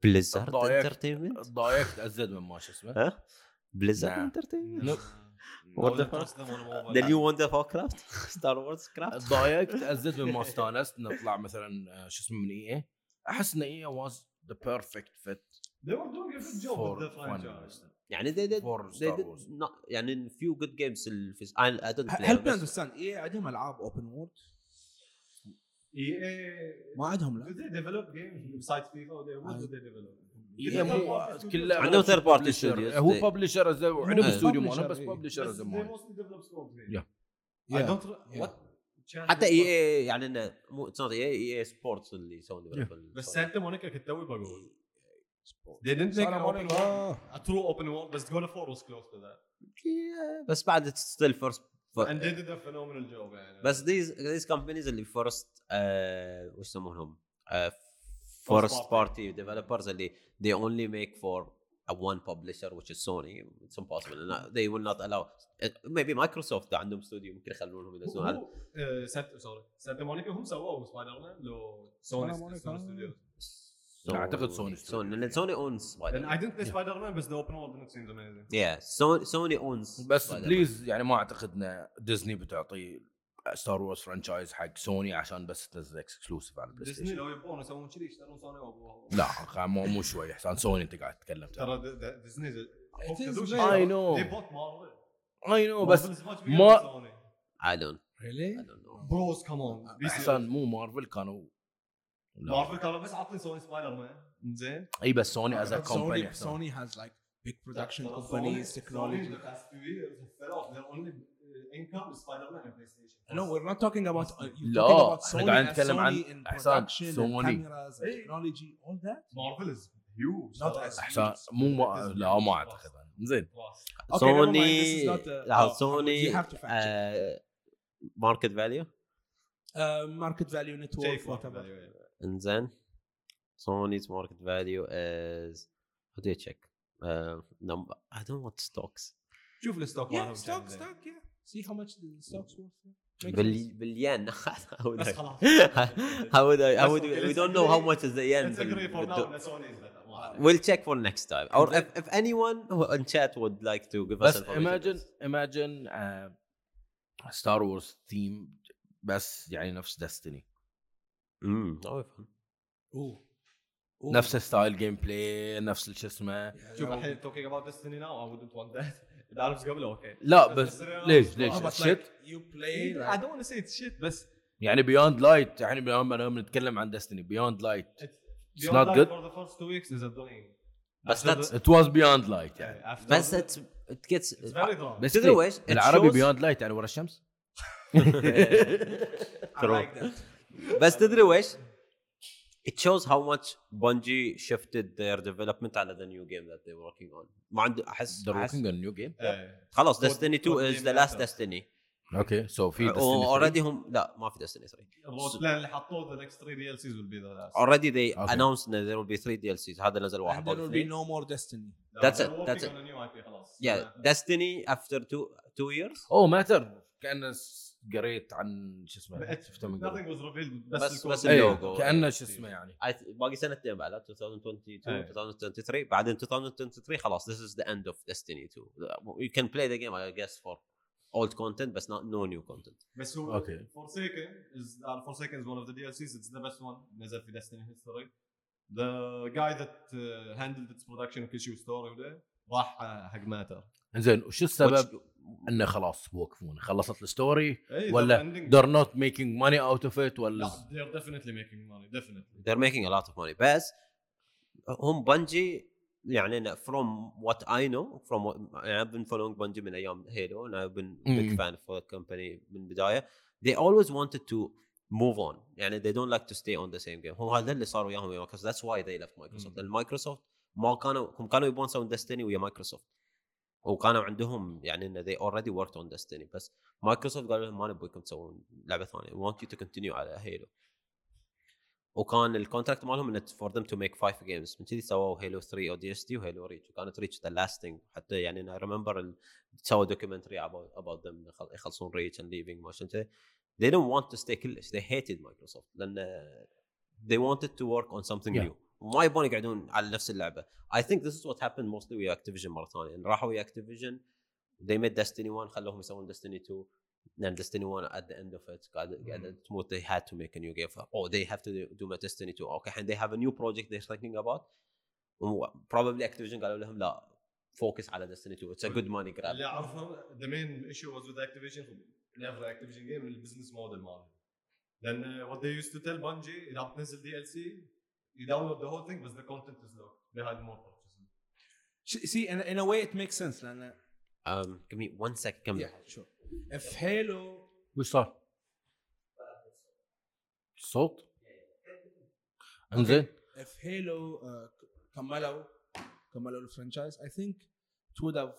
[SPEAKER 1] Blizzard
[SPEAKER 2] ضايقت.
[SPEAKER 1] Entertainment
[SPEAKER 2] تضايقت ازد من ما شو اسمه
[SPEAKER 1] ها Blizzard
[SPEAKER 2] نعم.
[SPEAKER 1] Entertainment
[SPEAKER 2] No.
[SPEAKER 1] What the
[SPEAKER 4] I wouldn't
[SPEAKER 1] fuck?
[SPEAKER 4] trust them on mobile.
[SPEAKER 1] The new World of Warcraft *laughs* Star Wars Craft
[SPEAKER 2] تضايقت ازد من ما استانست انه طلع مثلا آه، شو اسمه من اي اي احس ان اي اي واز ذا بيرفكت فيت
[SPEAKER 4] They were doing a good job with the franchise.
[SPEAKER 1] يعني they did
[SPEAKER 2] For
[SPEAKER 1] they
[SPEAKER 2] Star
[SPEAKER 1] did
[SPEAKER 2] Wars.
[SPEAKER 1] not يعني few good games ال- في I I didn't play
[SPEAKER 3] هيلب مي
[SPEAKER 1] بس-
[SPEAKER 3] اندرستاند اي عندهم العاب اوبن وورد
[SPEAKER 4] EA
[SPEAKER 3] ما عندهم
[SPEAKER 4] Do
[SPEAKER 3] لا
[SPEAKER 4] they e- develop games besides FIFA? Or they, what do they develop?
[SPEAKER 2] اي مو كله
[SPEAKER 1] عندهم third party
[SPEAKER 2] publisher.
[SPEAKER 1] studios.
[SPEAKER 2] هو
[SPEAKER 1] They-
[SPEAKER 2] ببلشر وعندهم
[SPEAKER 1] Yeah.
[SPEAKER 2] استوديو ماله
[SPEAKER 3] publisher،
[SPEAKER 2] بس
[SPEAKER 3] إيه.
[SPEAKER 4] Yes,
[SPEAKER 2] ببلشر
[SPEAKER 4] they mostly develop sports games.
[SPEAKER 2] Yeah.
[SPEAKER 4] I
[SPEAKER 3] Yeah.
[SPEAKER 4] don't. re-
[SPEAKER 3] Yeah.
[SPEAKER 4] What كان
[SPEAKER 1] حتى اي اي يعني انه مو اتس نوت اي اي سبورتس إيه اللي يسوون development.
[SPEAKER 4] بس
[SPEAKER 1] سوري.
[SPEAKER 4] انت مونيكا كنت توي بقول They didn't make
[SPEAKER 3] Santa
[SPEAKER 4] an open
[SPEAKER 3] Monica.
[SPEAKER 4] world, a true open world, بس جول 4 was close to that.
[SPEAKER 1] Yeah, بس بعد اتس ستيل فيرست
[SPEAKER 4] And they did a phenomenal job يعني.
[SPEAKER 1] بس these these companies اللي فورست وش يسمونهم؟ آه،
[SPEAKER 4] First
[SPEAKER 1] فورست
[SPEAKER 4] party.
[SPEAKER 1] بارتي ديفلوبرز اللي they only make for a one publisher which is Sony it's impossible And they will not allow maybe مايكروسوفت عندهم استوديو ممكن يخلونهم ينزلون على-
[SPEAKER 4] هو آه، سانت سوري سانتا مونيكا هم سووا سبايدر مان لو سوني
[SPEAKER 3] مونيكا.
[SPEAKER 4] سوني ستوديوز.
[SPEAKER 2] أعتقد Sony studio.
[SPEAKER 1] سوني لان سوني اونز
[SPEAKER 4] And I didn't play Spider Man بس the open world didn't seem amazing.
[SPEAKER 1] yeah سوني سوني اونز
[SPEAKER 2] بس بليز يعني ما اعتقد ان ديزني بتعطي ستار وورز فرانشايز حق سوني عشان بس تنزل اكسكلوسيف على البلاي
[SPEAKER 4] ديزني
[SPEAKER 2] ستيشن
[SPEAKER 4] لو يبغون يسوون كذي يشترون سوني وابوها
[SPEAKER 2] لا خا- مو مو شوي احسان سوني انت قاعد تتكلم
[SPEAKER 4] ترى د- د- ديزني
[SPEAKER 3] It
[SPEAKER 2] I
[SPEAKER 3] is
[SPEAKER 4] I
[SPEAKER 2] know.
[SPEAKER 4] They bought Marvel.
[SPEAKER 2] اي نو بس
[SPEAKER 4] Marvel is much bigger
[SPEAKER 2] ما-
[SPEAKER 4] than Sony.
[SPEAKER 1] I don't I
[SPEAKER 3] Really?
[SPEAKER 1] don't know
[SPEAKER 4] Bros come on. Be
[SPEAKER 2] احسان
[SPEAKER 4] serious.
[SPEAKER 2] مو مارفل كانوا لا.
[SPEAKER 4] مارفل كانوا بس عاطين سوني سبايدر مان زين
[SPEAKER 2] اي بس سوني از ا
[SPEAKER 3] But Sony,
[SPEAKER 2] كومباني
[SPEAKER 3] Sony has like big production
[SPEAKER 4] ترى
[SPEAKER 3] companies,
[SPEAKER 4] Sony- Sony
[SPEAKER 3] technology.
[SPEAKER 4] the past few years have fell off. Their only uh, income is Spider Man and PlayStation.
[SPEAKER 3] No, we're not talking about. Uh, you're
[SPEAKER 2] لا،
[SPEAKER 3] talking
[SPEAKER 2] احنا
[SPEAKER 3] about Sony
[SPEAKER 2] قاعدين
[SPEAKER 3] as
[SPEAKER 2] نتكلم عن
[SPEAKER 3] Sony in
[SPEAKER 2] أحسن،
[SPEAKER 3] production
[SPEAKER 2] Sony.
[SPEAKER 3] and cameras and
[SPEAKER 4] إيه.
[SPEAKER 3] technology, all that.
[SPEAKER 4] Marvel is huge.
[SPEAKER 3] Not
[SPEAKER 4] ترى.
[SPEAKER 3] as
[SPEAKER 2] احسان مو ما لا ما اعتقد زين
[SPEAKER 4] Plus.
[SPEAKER 3] Okay, never mind, this
[SPEAKER 1] سوني
[SPEAKER 3] is not a-
[SPEAKER 1] لا
[SPEAKER 3] oh, you
[SPEAKER 1] سوني
[SPEAKER 3] have to fact check.
[SPEAKER 2] uh,
[SPEAKER 1] ماركت فاليو
[SPEAKER 3] Uh, market value, net
[SPEAKER 4] Jake
[SPEAKER 3] worth,
[SPEAKER 4] Marvel,
[SPEAKER 3] whatever.
[SPEAKER 4] anyway.
[SPEAKER 1] انزين سوني's market value is how do you check uh, number I don't want stocks
[SPEAKER 4] شوف الستوك
[SPEAKER 3] Yeah,
[SPEAKER 4] مالهم
[SPEAKER 3] stock,
[SPEAKER 4] كم زين.
[SPEAKER 3] stock, yeah. See how much the stock's worth. yeah. Makes
[SPEAKER 1] بال...
[SPEAKER 3] sense.
[SPEAKER 1] بالين *laughs* how would
[SPEAKER 4] بس
[SPEAKER 1] I
[SPEAKER 4] خلاص.
[SPEAKER 1] *laughs* how would I how
[SPEAKER 4] That's
[SPEAKER 1] would we,
[SPEAKER 4] okay,
[SPEAKER 1] we
[SPEAKER 4] let's
[SPEAKER 1] don't know how
[SPEAKER 4] agree-
[SPEAKER 1] much is the yen
[SPEAKER 4] Let's
[SPEAKER 1] بال-
[SPEAKER 4] agree for now
[SPEAKER 1] بالدو-
[SPEAKER 4] that Sony is better. ما عليك.
[SPEAKER 1] we'll check for next time or if, if anyone who- in chat would like to give us
[SPEAKER 2] بس
[SPEAKER 1] information
[SPEAKER 2] imagine imagine آه، ستار وورز ثيم بس يعني نفس ديستني
[SPEAKER 1] امم
[SPEAKER 4] Oh,
[SPEAKER 1] أوه، فهمت.
[SPEAKER 3] Ooh. Ooh.
[SPEAKER 2] نفس ستايل جيم بلاي نفس شو اسمه
[SPEAKER 3] Yeah,
[SPEAKER 4] شوف
[SPEAKER 3] that would-
[SPEAKER 4] الحين talking about destiny now I wouldn't want that *laughs* العالمز قبله اوكي
[SPEAKER 2] لا، بس
[SPEAKER 4] Destiny now
[SPEAKER 2] ليش-
[SPEAKER 4] is
[SPEAKER 2] ليش؟
[SPEAKER 3] Oh,
[SPEAKER 4] not-
[SPEAKER 3] but
[SPEAKER 2] shit.
[SPEAKER 3] like, you play
[SPEAKER 4] I
[SPEAKER 3] like,
[SPEAKER 4] don't want to say it's shit بس
[SPEAKER 2] يعني بيوند لايت يعني لما لما نتكلم عن ديستني بيوند لايت
[SPEAKER 4] it's
[SPEAKER 2] It's not good.
[SPEAKER 4] for the first two weeks is annoying
[SPEAKER 1] بس
[SPEAKER 4] After
[SPEAKER 1] that's-
[SPEAKER 4] the-
[SPEAKER 2] ات واز بيوند لايت يعني
[SPEAKER 4] Yeah, after
[SPEAKER 1] بس
[SPEAKER 4] the-
[SPEAKER 1] it's it gets
[SPEAKER 4] it's very wrong
[SPEAKER 2] بس
[SPEAKER 1] تدري
[SPEAKER 2] إيه،
[SPEAKER 1] ويش؟ It
[SPEAKER 2] بالعربي
[SPEAKER 1] shows-
[SPEAKER 2] بيوند لايت يعني ورا الشمس
[SPEAKER 3] *laughs* I like that.
[SPEAKER 1] بس تدري ويش؟ It shows how much Bungie shifted their development على the new game that they're working on. ما عنده احس
[SPEAKER 2] ذا
[SPEAKER 1] أحس-
[SPEAKER 2] روكينج نيو جيم
[SPEAKER 4] إيه.
[SPEAKER 1] خلاص
[SPEAKER 4] What-
[SPEAKER 1] Destiny
[SPEAKER 4] what
[SPEAKER 1] 2 is
[SPEAKER 4] game
[SPEAKER 1] the last
[SPEAKER 4] matters.
[SPEAKER 1] Destiny.
[SPEAKER 2] اوكي سو
[SPEAKER 1] Uh,
[SPEAKER 2] في
[SPEAKER 1] اوريدي هم لا ما في Destiny 3.
[SPEAKER 4] الرود بلان اللي حطوه the next 3 DLCs will be the last
[SPEAKER 1] Already they
[SPEAKER 2] Okay.
[SPEAKER 1] announced that there will be 3 DLCs هذا نزل واحد
[SPEAKER 3] and there
[SPEAKER 1] بعد
[SPEAKER 3] will be
[SPEAKER 1] اثنين.
[SPEAKER 3] no more Destiny.
[SPEAKER 4] No,
[SPEAKER 1] That's
[SPEAKER 4] they're
[SPEAKER 1] it,
[SPEAKER 4] working
[SPEAKER 1] that's it.
[SPEAKER 4] on a new IP خلاص
[SPEAKER 1] Yeah, Destiny after two two years
[SPEAKER 2] اوه ماتر كانه Oh, س- قريت عن شو اسمه
[SPEAKER 4] It's-
[SPEAKER 2] شفته من
[SPEAKER 4] nothing
[SPEAKER 2] قبل
[SPEAKER 4] was revealed
[SPEAKER 1] بس-
[SPEAKER 4] بس
[SPEAKER 1] بس
[SPEAKER 4] الكود.
[SPEAKER 1] اللوجو.
[SPEAKER 2] أيوه، كانه شو اسمه يعني
[SPEAKER 1] I th- باقي سنتين بعد لا 2022
[SPEAKER 4] أي.
[SPEAKER 1] 2023 بعدين 2023 خلاص this is the end of Destiny 2 you can play the game I guess for old content but not no new content
[SPEAKER 4] بس هو
[SPEAKER 2] اوكي
[SPEAKER 4] Forsaken is uh, Forsaken is one of the DLCs. It's the best one. نزل في Destiny history. The guy that uh, handled its production وكل شيء وستوري وده راح uh, حق ماتر.
[SPEAKER 2] زين وشو السبب انه خلاص بوقفون خلصت الستوري
[SPEAKER 4] Hey,
[SPEAKER 2] ولا
[SPEAKER 4] they're إيه، ending-
[SPEAKER 2] they're not making money out of it
[SPEAKER 4] لا
[SPEAKER 2] ولا
[SPEAKER 4] they're definitely making money definitely.
[SPEAKER 1] they're making a lot of money بس هم بنجي يعني أنا from what I know from what, يعني I've been following بنجي من ايام هيلو and I've been a big
[SPEAKER 2] Mm.
[SPEAKER 1] fan of the company من البدايه they always wanted to move on يعني they don't like to stay on the same game هو هذا اللي صار وياهم ويا Microsoft that's why they left Microsoft
[SPEAKER 4] Mm.
[SPEAKER 1] لان Microsoft ما كانوا هم كانوا يبون يسوون ديستني ويا مايكروسوفت وكانوا عندهم يعني انه they already worked on destiny بس مايكروسوفت قالوا لهم ما نبغيكم تسوون لعبه ثانيه we want you to continue على هيلو وكان الكونتراكت مالهم انه فور ذم تو ميك فايف جيمز من كذي سووا هيلو 3 او دي اس تي وهيلو ريتش وكانت ريتش ذا لاستنج حتى يعني انا ريمبر سووا دوكيومنتري اباوت ذم يخلصون ريتش اند ليفينج ما شنو كذي they didn't want to stay كلش they hated Microsoft لان they wanted to work on something
[SPEAKER 2] Yeah.
[SPEAKER 1] new ما يبون يقعدون على نفس اللعبه I think this is what happened mostly ويا Activision مره ثانيه يعني راحوا ويا Activision they made Destiny 1 خلوهم يسوون Destiny 2 then Destiny 1 at the end of it قاعدة قاعدة تموت they had to make a new game ف- oh they have to do- do my Destiny 2 okay and they have a new project they're thinking about و- probably Activision قالوا لهم لا focus على Destiny 2 it's a good money grab
[SPEAKER 4] اللي اعرفه the main issue was with Activision in every Activision game البزنس موديل مالهم. لان uh, what they used to tell Bungie اذا بتنزل DLC you download the whole thing but the content is locked behind more purchases.
[SPEAKER 3] Sh- See, in, in a way, it makes sense. لأن-
[SPEAKER 1] um, give me one second كمل
[SPEAKER 3] yeah, sure. If Halo
[SPEAKER 2] وش صار؟ الصوت انزين
[SPEAKER 3] if Halo uh, كملوا كملوا الفرنشايز I think it would have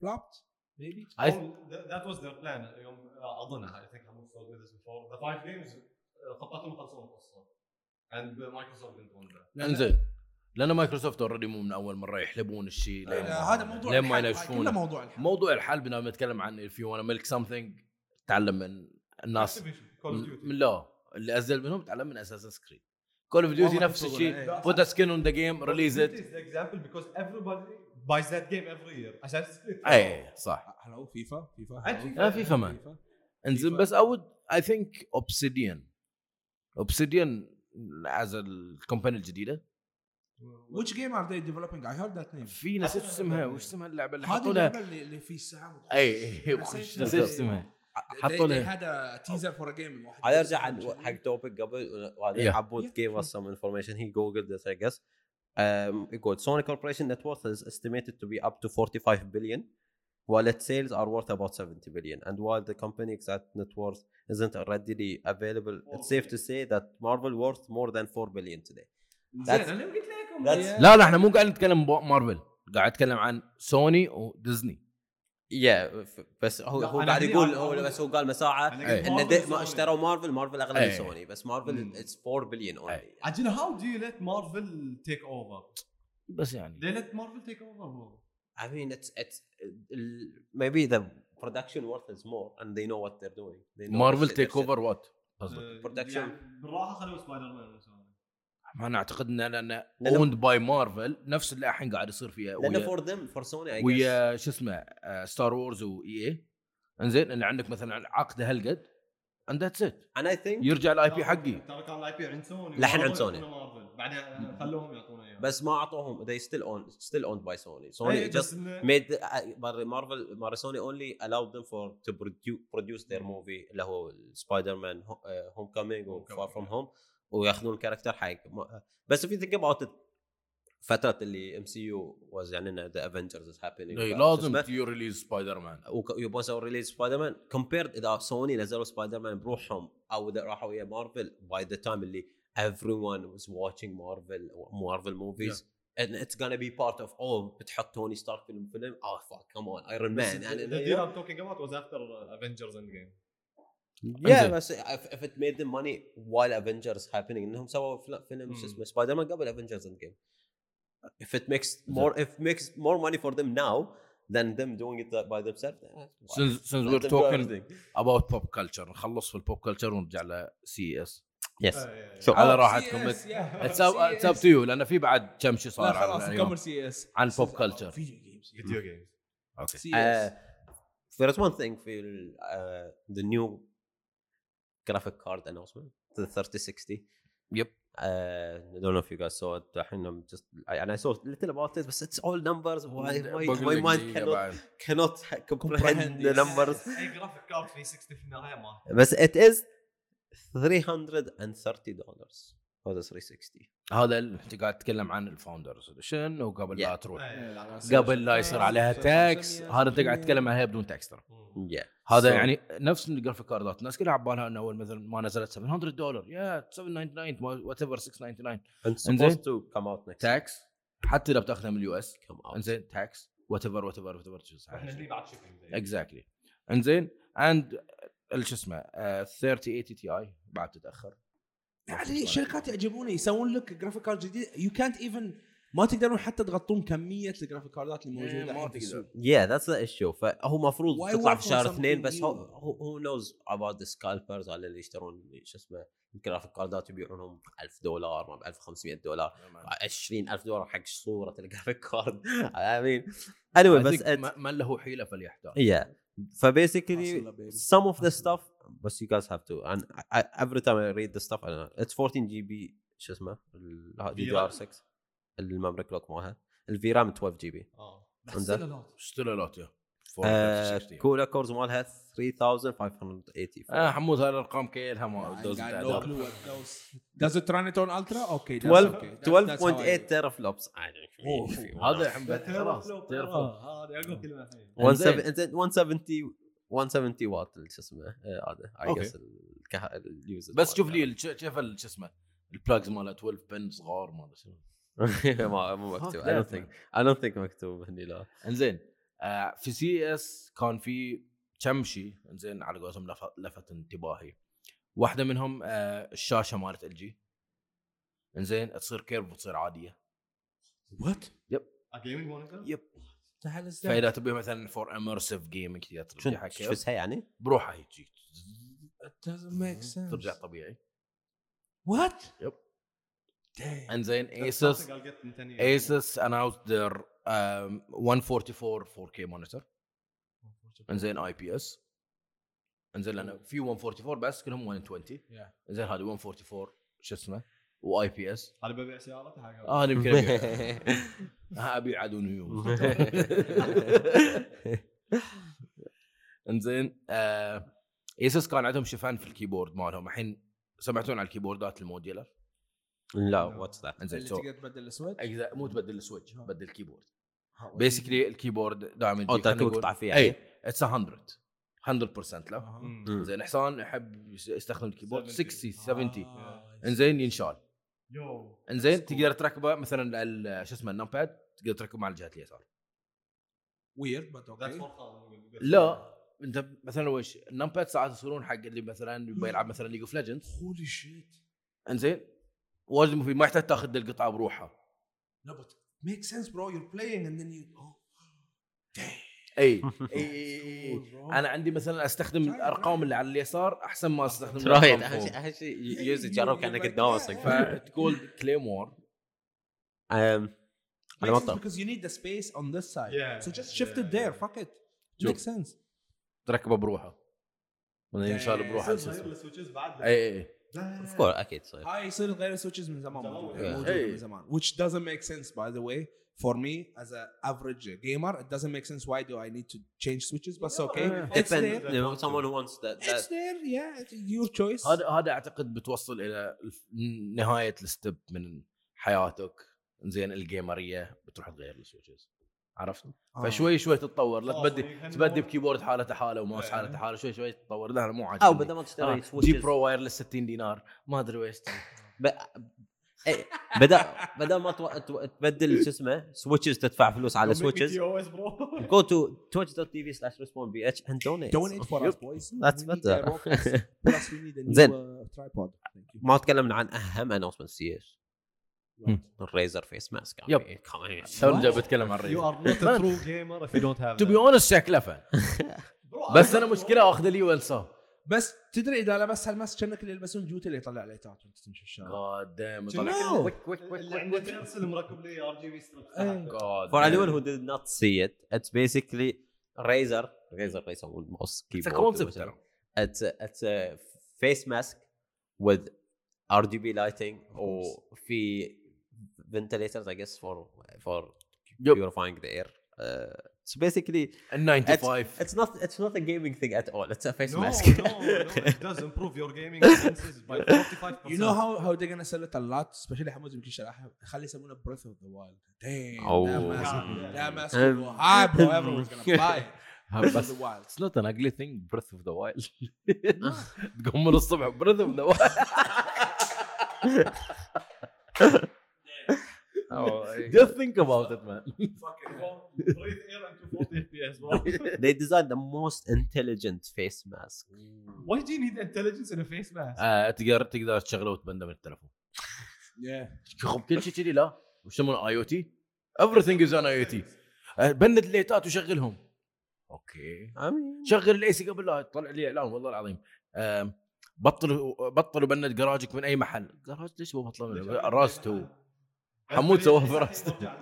[SPEAKER 3] flopped maybe
[SPEAKER 2] I-
[SPEAKER 4] Well, Oh, that, that was their plan يوم آه، اظنها I think I'm not sold with this before the five games آه، خطتهم يخلصون القصه and uh, Microsoft didn't want that
[SPEAKER 2] انزين لان مايكروسوفت اوريدي مو من اول مره يحلبون الشيء
[SPEAKER 3] لا،
[SPEAKER 2] لين-
[SPEAKER 3] لا، آه، هذا موضوع
[SPEAKER 2] لين ما
[SPEAKER 3] الحل.
[SPEAKER 2] ينشفونه.
[SPEAKER 3] كله موضوع الحل
[SPEAKER 2] موضوع الحل بنا بنتكلم عن if you want to milk something تعلم من الناس
[SPEAKER 4] Activision, Call of
[SPEAKER 2] من
[SPEAKER 4] Duty
[SPEAKER 2] من لا اللي ازل منهم تعلم من اساسن سكريد كول اوف ديوتي
[SPEAKER 3] والله
[SPEAKER 2] نفس
[SPEAKER 3] شغل،
[SPEAKER 2] الشيء
[SPEAKER 3] إيه.
[SPEAKER 2] put a skin on the game release
[SPEAKER 4] It
[SPEAKER 2] it
[SPEAKER 4] is the example because everybody buys that game every year عشان تسكت.
[SPEAKER 2] اي إيه، صح
[SPEAKER 3] هلو فيفا فيفا
[SPEAKER 4] عاد
[SPEAKER 3] هلو.
[SPEAKER 4] فيفا.
[SPEAKER 2] لا فيفا ما انزين بس I would I think Obsidian Obsidian as الكومباني الجديده
[SPEAKER 3] which game are they developing I heard that name
[SPEAKER 2] في نسيت اسمها وش اسمها اللعبه اللي
[SPEAKER 3] هذه
[SPEAKER 2] حطوا لها
[SPEAKER 3] اللعبة اللي اللي في ساعة
[SPEAKER 2] اي اي
[SPEAKER 3] نسيت
[SPEAKER 2] إيه، وش-
[SPEAKER 3] اسمها.
[SPEAKER 2] نسيت اسمها حطوا لها
[SPEAKER 3] هذا تيزر فور جيم
[SPEAKER 1] I'll ارجع عن
[SPEAKER 3] Oh,
[SPEAKER 1] حق توبيك قبل وبعدين
[SPEAKER 2] Yeah.
[SPEAKER 1] Abud gave us some information. He googled this, I guess. Um, it goes, Sony Corporation net worth is estimated to be up to 45 billion, while its sales are worth about 70 billion. And while the company exact net worth isn't readily available, it's safe to say that Marvel worth more than 4 billion today. That's-
[SPEAKER 3] انا قلت لكم
[SPEAKER 1] that's-
[SPEAKER 3] يا-
[SPEAKER 2] لا لا احنا مو قاعد نتكلم بو- مارفل قاعد اتكلم عن سوني وديزني
[SPEAKER 1] Yeah, ف- بس هو
[SPEAKER 4] لا،
[SPEAKER 1] هو
[SPEAKER 4] أنا
[SPEAKER 1] قاعد
[SPEAKER 4] هني
[SPEAKER 1] يقول
[SPEAKER 4] أنا
[SPEAKER 1] هو
[SPEAKER 4] أقول-
[SPEAKER 1] بس هو قال مساعة
[SPEAKER 4] أنا
[SPEAKER 2] إيه.
[SPEAKER 4] قلت
[SPEAKER 1] ان
[SPEAKER 4] Marvel
[SPEAKER 1] دي- ما
[SPEAKER 4] Sony. Mm.
[SPEAKER 1] اشتروا مارفل مارفل اغلى من
[SPEAKER 2] إيه.
[SPEAKER 1] سوني بس مارفل
[SPEAKER 4] مم.
[SPEAKER 1] اتس 4 بليون اونلي
[SPEAKER 2] إيه.
[SPEAKER 4] عجل how do you let Marvel take over
[SPEAKER 2] بس يعني
[SPEAKER 4] they let Marvel take over bro.
[SPEAKER 1] I mean, it's it's ال- maybe the production worth is more, and they know what they're doing. They know
[SPEAKER 2] مارفل
[SPEAKER 1] the shit-
[SPEAKER 2] تيك
[SPEAKER 1] the shit.
[SPEAKER 2] اوفر وات قصدك
[SPEAKER 4] آه،
[SPEAKER 1] Production.
[SPEAKER 4] يعني بالراحه خلوا سبايدر مان
[SPEAKER 2] ما انا اعتقد ان لان
[SPEAKER 1] لأنه-
[SPEAKER 2] اوند باي مارفل نفس اللي الحين قاعد يصير فيها
[SPEAKER 1] لأن
[SPEAKER 2] ويا,
[SPEAKER 1] for them for Sony I guess
[SPEAKER 2] ويا شو اسمه آه، ستار وورز واي اي انزين E اللي عندك مثلا عقد هالقد اند ذاتس ات
[SPEAKER 1] and I think
[SPEAKER 2] يرجع الاي بي حقي
[SPEAKER 1] إيه،
[SPEAKER 4] ترى كان الاي بي عند سوني
[SPEAKER 1] لحن عند
[SPEAKER 4] Marvel
[SPEAKER 1] سوني.
[SPEAKER 4] يعطونا Marvel. بعدين آه، خلوهم يعطونا اياه
[SPEAKER 1] بس ما اعطوهم they still own still owned by Sony.
[SPEAKER 4] إيه،
[SPEAKER 2] أيوة،
[SPEAKER 1] Sony
[SPEAKER 4] بس
[SPEAKER 1] just
[SPEAKER 4] إنه-
[SPEAKER 1] made the- uh, but Marvel but Sony only allowed them for to produce produce their movie اللي هو uh, سبايدر مان هوم كامينج وفار فروم هوم وياخذون الكاركتر حق ما- بس if you think about it فتره اللي ام سي يو was يعني إنه the Avengers is happening
[SPEAKER 2] إيه،
[SPEAKER 1] وشو
[SPEAKER 2] لازم
[SPEAKER 1] اسمه.
[SPEAKER 2] تيو ريليز سبايدر مان
[SPEAKER 1] وك- يبون يسوون ريليز سبايدر مان كومبيرد اذا سوني نزلوا سبايدر مان بروحهم او اذا راحوا ويا مارفل باي ذا تايم اللي everyone was watching Marvel Marvel movies and it's gonna be part of oh بتحط توني ستارك في الفيلم اه fuck come on Iron Man
[SPEAKER 4] The-
[SPEAKER 1] يعني
[SPEAKER 4] the deal I'm talking about was after Avengers Endgame.
[SPEAKER 1] yeah بس if, if it made them money while Avengers happening انهم سووا فل- فيلم شو
[SPEAKER 4] مم.
[SPEAKER 1] اسمه سبايدر مان قبل Avengers Endgame if it makes more if makes more money for them now than them doing it by themselves eh,
[SPEAKER 2] since since
[SPEAKER 1] let
[SPEAKER 2] we're
[SPEAKER 1] them do
[SPEAKER 2] talking
[SPEAKER 1] everything.
[SPEAKER 2] about pop culture نخلص في البوب كلتشر ونرجع E لسي اس
[SPEAKER 1] yes
[SPEAKER 4] آه،
[SPEAKER 1] شو.
[SPEAKER 2] على
[SPEAKER 3] Oh,
[SPEAKER 2] راحتكم
[SPEAKER 3] CS, yeah. Oh,
[SPEAKER 2] اتس اب
[SPEAKER 3] CS.
[SPEAKER 2] تو يو لان في بعد كم شيء
[SPEAKER 3] لا
[SPEAKER 2] صار يعني
[SPEAKER 3] خلاص
[SPEAKER 2] على اليوم.
[SPEAKER 3] نكمل سي اس
[SPEAKER 2] عن pop culture.
[SPEAKER 3] آه،
[SPEAKER 2] آه،
[SPEAKER 3] فيديو جيمز
[SPEAKER 4] فيديو جيمز
[SPEAKER 2] اوكي
[SPEAKER 3] سي اس
[SPEAKER 1] Uh, there is one thing في ال- uh, the new graphic card announcement the 3060
[SPEAKER 2] Yep.
[SPEAKER 1] Uh, I don't know if you guys saw it الحين I'm just I, and I saw little about it but it's all numbers why my,
[SPEAKER 2] بقول
[SPEAKER 1] my
[SPEAKER 2] لك
[SPEAKER 1] mind
[SPEAKER 2] دقيقة
[SPEAKER 1] cannot
[SPEAKER 2] بعد.
[SPEAKER 1] cannot comprehend
[SPEAKER 3] Comprehend
[SPEAKER 1] the
[SPEAKER 3] this.
[SPEAKER 4] *laughs*
[SPEAKER 1] numbers
[SPEAKER 4] اي جرافيك كارد 360 إيه، في النهايه ما
[SPEAKER 1] بس it is 330 dollars for the 360
[SPEAKER 2] هذا ال- انت قاعد تتكلم عن الفاوندرز اديشن وقبل لا
[SPEAKER 1] Yeah.
[SPEAKER 2] تروح
[SPEAKER 4] إيه، لا، لا،
[SPEAKER 2] قبل لا يصير عليها تاكس
[SPEAKER 3] 500.
[SPEAKER 2] هذا انت قاعد تتكلم عليها بدون تاكس ترى
[SPEAKER 4] مم.
[SPEAKER 1] yeah
[SPEAKER 2] هذا
[SPEAKER 1] So-
[SPEAKER 2] يعني نفس الجرافيك كاردات الناس كلها عبالها انه اول مثلا ما نزلت 700 دولار يا 799 وات ايفر 699
[SPEAKER 1] it's
[SPEAKER 2] إنزين.
[SPEAKER 1] supposed to come out next
[SPEAKER 2] تاكس حتى لو بتاخذها من اليو اس
[SPEAKER 1] come out
[SPEAKER 2] انزين تاكس وات ايفر وات ايفر وات
[SPEAKER 4] احنا
[SPEAKER 2] ايفر
[SPEAKER 4] هني بعد
[SPEAKER 3] إيه.
[SPEAKER 4] شيبنج
[SPEAKER 2] اكزاكتلي انزين اند شو اسمه آه، 3080 تي اي بعد تتاخر
[SPEAKER 3] يعني الشركات يعجبوني يسوون لك جرافيك كارد جديد يو كانت ايفن ما تقدرون حتى تغطون كميه الجرافيك كاردات اللي موجوده
[SPEAKER 2] إيه، ما
[SPEAKER 3] الحين في
[SPEAKER 2] تقدر.
[SPEAKER 3] السوق.
[SPEAKER 1] yeah that's the issue فهو المفروض
[SPEAKER 3] Why
[SPEAKER 1] تطلع
[SPEAKER 3] work
[SPEAKER 1] في
[SPEAKER 3] on
[SPEAKER 1] شهر
[SPEAKER 3] something
[SPEAKER 1] اثنين بس هو
[SPEAKER 3] new?
[SPEAKER 1] هو knows about the scalpers على اللي يشترون شو اسمه الجرافيك كاردات يبيعونهم ب 1000 دولار ما ب 1500 دولار 20000 دولار حق صوره الجرافيك
[SPEAKER 3] *laughs*
[SPEAKER 1] كارد *laughs* I mean anyway
[SPEAKER 2] I
[SPEAKER 1] بس
[SPEAKER 2] think
[SPEAKER 1] it's-
[SPEAKER 2] ما- من له حيله فليحتار
[SPEAKER 1] yeah فبيسكلي
[SPEAKER 3] Hustle, baby.
[SPEAKER 1] some of the
[SPEAKER 3] Hustle.
[SPEAKER 1] stuff بس you guys have to and I, I, every time I read the stuff أنا it's 14 جي بي شو اسمه الدي دي ار
[SPEAKER 4] VRAM.
[SPEAKER 1] 6 الميموري كلوك مالها الفي رام 12 جي بي
[SPEAKER 4] اه
[SPEAKER 1] انزين
[SPEAKER 2] ستيل لوت يا آه،
[SPEAKER 1] كولا كورز آه، مالها 3580
[SPEAKER 2] اه حمود هاي الارقام كلها ما
[SPEAKER 3] I
[SPEAKER 2] دوز
[SPEAKER 3] got
[SPEAKER 2] تعداد.
[SPEAKER 3] no clue what those. Does it run it on ultra? Okay, that's
[SPEAKER 1] 12
[SPEAKER 3] okay. That's- that's how I-
[SPEAKER 1] 12.8 تيرا فلوبس
[SPEAKER 2] إيه، هذا حمد خلاص تعرفه.
[SPEAKER 4] هذا اقوى كلمه الحين
[SPEAKER 1] 170 170 170 وات شو اسمه آه، هذا اي
[SPEAKER 2] أوكي.
[SPEAKER 1] جس الكه... اليوزر
[SPEAKER 2] بس شوف لي الش- شوف ال- شو اسمه البلاجز ماله 12 بن صغار ما ادري شنو
[SPEAKER 1] *laughs* ما مو مكتوب اي دونت ثينك اي دونت ثينك مكتوب هني لا
[SPEAKER 2] انزين آه في سي اس كان في كم شيء انزين على قولتهم لف- لفت انتباهي واحده منهم آه الشاشه مالت ال جي انزين تصير كيرف وتصير عاديه
[SPEAKER 3] وات
[SPEAKER 4] جيمنج مونيتور
[SPEAKER 2] يب
[SPEAKER 3] تعال
[SPEAKER 2] فاذا تبي مثلا فور اميرسيف جيمنج كذا ترجعها
[SPEAKER 1] شنو
[SPEAKER 2] كيرف
[SPEAKER 1] شفتها يعني؟
[SPEAKER 2] بروحها هيك
[SPEAKER 3] ميك سنس
[SPEAKER 2] ترجع طبيعي
[SPEAKER 3] وات
[SPEAKER 2] Mm-hmm. Yep.
[SPEAKER 3] دايم
[SPEAKER 2] انزين ايسس ايسس announced their um, 144 4K monitor انزين اي بي اس انزين لان في 144 بس كلهم 120 انزين هذه 144 شو اسمه واي
[SPEAKER 1] *laughs*
[SPEAKER 2] بي اس
[SPEAKER 4] هذا ببيع سيارته حق
[SPEAKER 2] اه انا يمكن *laughs* ابيع ها ابيع عدون
[SPEAKER 3] *laughs*
[SPEAKER 2] *laughs* هيوم انزين آه ايسس كان عندهم شفان في الكيبورد مالهم الحين سمعتون على الكيبوردات الموديلر
[SPEAKER 1] لا واتس ذات
[SPEAKER 2] انزين
[SPEAKER 3] اللي
[SPEAKER 2] so-
[SPEAKER 3] تقدر تبدل السويتش
[SPEAKER 2] أجزاء- مو تبدل السويتش تبدل الكيبورد بيسكلي الكيبورد دائما
[SPEAKER 1] او انت تقطع فيها
[SPEAKER 2] اي اتس 100 100% له
[SPEAKER 3] آه.
[SPEAKER 1] مم.
[SPEAKER 2] زين حسان يحب يس- يستخدم الكيبورد
[SPEAKER 4] 70.
[SPEAKER 2] 60 70
[SPEAKER 3] آه.
[SPEAKER 2] انزين ينشال
[SPEAKER 4] يو
[SPEAKER 2] انزين تقدر تركبه مثلا ال- شو اسمه النمب باد تقدر تركبه مع الجهه اليسار
[SPEAKER 3] ويرد بس
[SPEAKER 4] ذاتس
[SPEAKER 3] اوكي
[SPEAKER 4] فور فان
[SPEAKER 2] *laughs* لا انت مثلا وش النمب باد ساعات يصيرون حق اللي مثلا يبي يلعب مثلا ليج اوف ليجندز
[SPEAKER 3] هولي شيت
[SPEAKER 2] انزين واجد مفيد ما يحتاج تاخذ القطعه بروحها
[SPEAKER 3] لا بس ميك سنس برو يور بلاينج اند ذن يو
[SPEAKER 4] oh,
[SPEAKER 2] اي اي اي اي
[SPEAKER 4] oh,
[SPEAKER 2] اي. انا عندي مثلا استخدم الارقام اللي على اليسار احسن ما استخدم
[SPEAKER 1] ترايد
[SPEAKER 2] الأرقام
[SPEAKER 1] *laughs*
[SPEAKER 2] فوق.
[SPEAKER 1] اهم شيء يوزر جرب كانك تداوم صدق
[SPEAKER 2] فتقول كليمور
[SPEAKER 1] أم، على مقطع
[SPEAKER 3] because you need the space on this side
[SPEAKER 4] Yeah.
[SPEAKER 3] so just shift it there fuck it
[SPEAKER 2] شوف.
[SPEAKER 3] makes sense
[SPEAKER 2] تركبه بروحه ولا ينشال
[SPEAKER 3] Yeah.
[SPEAKER 2] بروحه شو اسمه.
[SPEAKER 4] السويتشز بعد
[SPEAKER 2] اي اي اي
[SPEAKER 1] اوف كورس اكيد صحيح
[SPEAKER 3] هاي يصير غير السويتشز من زمان موجوده
[SPEAKER 4] Yeah.
[SPEAKER 3] موجوده
[SPEAKER 2] Hey.
[SPEAKER 3] من زمان which doesn't make sense by the way for me as an average gamer it doesn't make sense why do I need to change switches بس okay
[SPEAKER 4] Yeah.
[SPEAKER 3] it's there
[SPEAKER 1] depend if someone wants that
[SPEAKER 3] it's
[SPEAKER 1] that
[SPEAKER 3] there yeah it's your choice
[SPEAKER 2] هذا هذا اعتقد بتوصل الى الف- نهايه الستب من حياتك زين الجيمريه بتروح تغير السويتشز عرفت؟
[SPEAKER 3] آه.
[SPEAKER 2] فشوي شوي تتطور لا
[SPEAKER 4] خلاص،
[SPEAKER 2] تبدي
[SPEAKER 4] يعني
[SPEAKER 2] تبدي
[SPEAKER 4] هن-
[SPEAKER 2] بكيبورد حالته حاله وماوس
[SPEAKER 4] إيه.
[SPEAKER 2] حالته حاله شوي شوي تتطور لا انا مو عاجبني
[SPEAKER 1] او بدل ما
[SPEAKER 2] آه،
[SPEAKER 1] تشتري
[SPEAKER 2] جي
[SPEAKER 1] سويتشز
[SPEAKER 2] برو وايرلس 60 دينار ما ادري ويش
[SPEAKER 1] ب... إيه، بدل بدل ما تو... تو... تبدل شو اسمه سويتشز تدفع فلوس على سويتشز
[SPEAKER 4] او
[SPEAKER 2] *laughs*
[SPEAKER 4] اس برو
[SPEAKER 1] go to twitch.tv slash respawn bh and donate
[SPEAKER 3] donate for us boys
[SPEAKER 1] That's
[SPEAKER 3] We need
[SPEAKER 1] better.
[SPEAKER 3] a rocket. plus we need a new
[SPEAKER 1] زين.
[SPEAKER 3] uh, tripod thank you
[SPEAKER 1] ما تكلمنا عن اهم اناونسمنت سي اس الريزر فيس ماسك
[SPEAKER 2] يب. تو جاي بتكلم عن
[SPEAKER 4] يو
[SPEAKER 2] الريل
[SPEAKER 4] ار نوت ترو جيمر اف يو دونت هاف
[SPEAKER 2] تو بي اونست شكله بس انا مشكله اخذ لي وانساه
[SPEAKER 3] بس تدري اذا لبس هالماسك كانك اللي يلبسون جوت اللي يطلع ليتات وانت تمشي
[SPEAKER 2] آه.
[SPEAKER 3] الشارع
[SPEAKER 2] قدام
[SPEAKER 3] No.
[SPEAKER 4] اللي عنده تنسل مركب لي ار جي بي
[SPEAKER 3] إيه.
[SPEAKER 4] ستريب
[SPEAKER 2] God
[SPEAKER 1] for
[SPEAKER 2] damn.
[SPEAKER 1] anyone who did not see it it's basically razor razor ليس هو الماوس
[SPEAKER 2] It's a
[SPEAKER 1] keyboard
[SPEAKER 2] concept
[SPEAKER 1] whatever.
[SPEAKER 2] ترى.
[SPEAKER 1] it's a, it's a face mask with RGB lighting or في ventilators I guess for for
[SPEAKER 2] Yep.
[SPEAKER 1] purifying the air uh, so basically
[SPEAKER 2] ال
[SPEAKER 1] it's,
[SPEAKER 2] 95
[SPEAKER 1] it's not it's not a gaming thing at all it's a face
[SPEAKER 4] No, no,
[SPEAKER 1] mask
[SPEAKER 4] no, it does improve your gaming *laughs* senses by 45%.
[SPEAKER 3] You know how how they're gonna sell it a lot, especially حمود يمكن شرحها خلي يسمونه Breath of the Wild. Damn, that
[SPEAKER 1] Oh.
[SPEAKER 3] mask,
[SPEAKER 4] Yeah.
[SPEAKER 3] that mask
[SPEAKER 1] Um,
[SPEAKER 3] will go high, bro. Everyone's gonna buy it. Breath of
[SPEAKER 2] بس
[SPEAKER 3] the Wild.
[SPEAKER 2] اتس نوت ان اجلي ثينج بريث اوف ذا وايلد آه. *laughs* تقوم من الصبح بريث اوف ذا *laughs* وايلد Just think about it, man.
[SPEAKER 4] Fucking hell. breathe air into 40 FPS. bro.
[SPEAKER 1] *laughs* they designed the most intelligent face mask
[SPEAKER 4] Why do you need intelligence in a face mask?
[SPEAKER 2] آه، تقدر تقدر تشغله وتبنده من التلفون.
[SPEAKER 3] Yeah.
[SPEAKER 2] خب كل شيء كذي لا وش يسمونه اي او تي؟ everything is on اي او تي. آه، بند الليتات وشغلهم. اوكي.
[SPEAKER 1] I mean
[SPEAKER 2] شغل الاي سي قبل لا طلع لي اعلان والله العظيم آم، بطل بطلوا بند جراجك من اي محل جراج ليش هو بطلوا منه؟ راسته هو حمود سواها في راسته.
[SPEAKER 4] *laughs*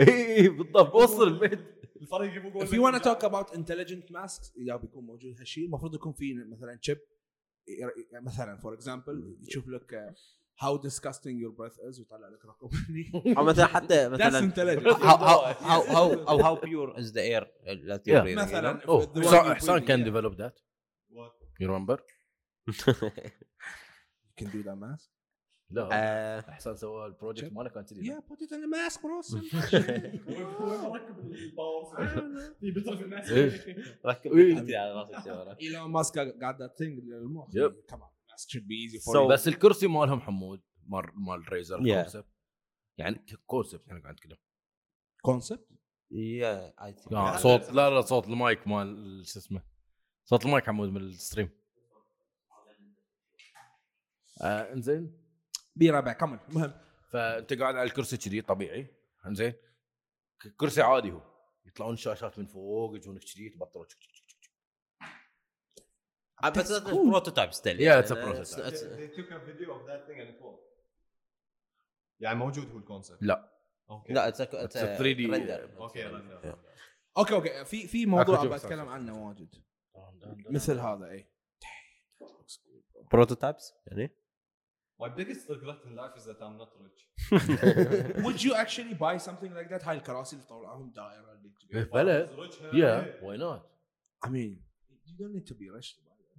[SPEAKER 4] إيه،
[SPEAKER 2] اي إي، بالضبط وصل البيت
[SPEAKER 4] الفريق يبغى يقول
[SPEAKER 3] If you wanna talk about intelligent masks اذا بيكون موجود هالشيء المفروض يكون في مثلا chip ير- مثلا for example يشوف لك uh, how disgusting your breath is ويطلع لك رقم *laughs*
[SPEAKER 1] او مثلا حتى
[SPEAKER 3] That's
[SPEAKER 1] مثلا how
[SPEAKER 3] intelligent.
[SPEAKER 1] how how how how, how pure is the air that you're
[SPEAKER 2] Yeah.
[SPEAKER 1] breathing, you
[SPEAKER 3] مثلا
[SPEAKER 2] إيه.
[SPEAKER 1] know?
[SPEAKER 3] if the one
[SPEAKER 2] حسان
[SPEAKER 3] you're
[SPEAKER 2] حسان
[SPEAKER 3] breathing,
[SPEAKER 2] كان
[SPEAKER 3] yeah.
[SPEAKER 2] ديفلوب ذات يو ريمبر
[SPEAKER 3] You can do that mask.
[SPEAKER 2] لا *laughs*
[SPEAKER 1] *laughs* آه،
[SPEAKER 2] احسن سوى البروجكت
[SPEAKER 3] شوف.
[SPEAKER 2] ماله كان كذي
[SPEAKER 3] يا بوت ان ماسك برو
[SPEAKER 2] *laughs*
[SPEAKER 4] هو مركب *laughs* الباور بيطرف الناس
[SPEAKER 2] إيش؟
[SPEAKER 1] ركب
[SPEAKER 2] إيه.
[SPEAKER 1] أنت على راسك شباب.
[SPEAKER 3] ايلون ماسك got that thing المخ
[SPEAKER 2] Yep.
[SPEAKER 3] كمان ماسك should be easy
[SPEAKER 1] So-
[SPEAKER 3] for you
[SPEAKER 2] بس الكرسي مالهم حمود مال مال ريزر
[SPEAKER 1] Yeah.
[SPEAKER 2] كونسبت يعني كونسبت احنا قاعد نتكلم
[SPEAKER 3] كونسبت
[SPEAKER 1] يا I think-
[SPEAKER 2] آه، صوت لا لا صوت المايك مال شو اسمه صوت المايك حمود من الستريم آه انزين
[SPEAKER 3] بربع كمل المهم
[SPEAKER 2] فانت قاعد على الكرسي كذي طبيعي انزين ك- كرسي عادي هو يطلعون الشاشات من فوق يجونك كذي تبطلون تشك تشك تشك تشك.
[SPEAKER 1] آه، بس بروتوتايب ستيل
[SPEAKER 2] Yeah, it's a prototype.
[SPEAKER 4] They took a video of that thing and it worked. يعني موجود هو الكونسبت
[SPEAKER 2] لا
[SPEAKER 4] اوكي
[SPEAKER 1] لا it's a- it's
[SPEAKER 2] It's
[SPEAKER 1] a
[SPEAKER 2] a 3D.
[SPEAKER 1] render.
[SPEAKER 4] اوكي لا، لا.
[SPEAKER 3] اوكي اوكي في في موضوع
[SPEAKER 2] أكو
[SPEAKER 3] ابغى
[SPEAKER 2] جوكس
[SPEAKER 3] اتكلم عنه واجد
[SPEAKER 2] *laughs*
[SPEAKER 3] مثل هذا إيه. اي
[SPEAKER 1] بروتوتايبس يعني
[SPEAKER 4] My biggest regret in life is that I'm not
[SPEAKER 1] *laughs*
[SPEAKER 4] rich.
[SPEAKER 3] would you actually buy something like that هاي الكراسي اللي طلعوهم دائره اللي
[SPEAKER 2] إيه،
[SPEAKER 4] If I
[SPEAKER 2] بلى.
[SPEAKER 4] was rich, hell
[SPEAKER 2] يا
[SPEAKER 4] yeah.
[SPEAKER 2] واي نوت
[SPEAKER 3] I mean you don't need to be rich to buy that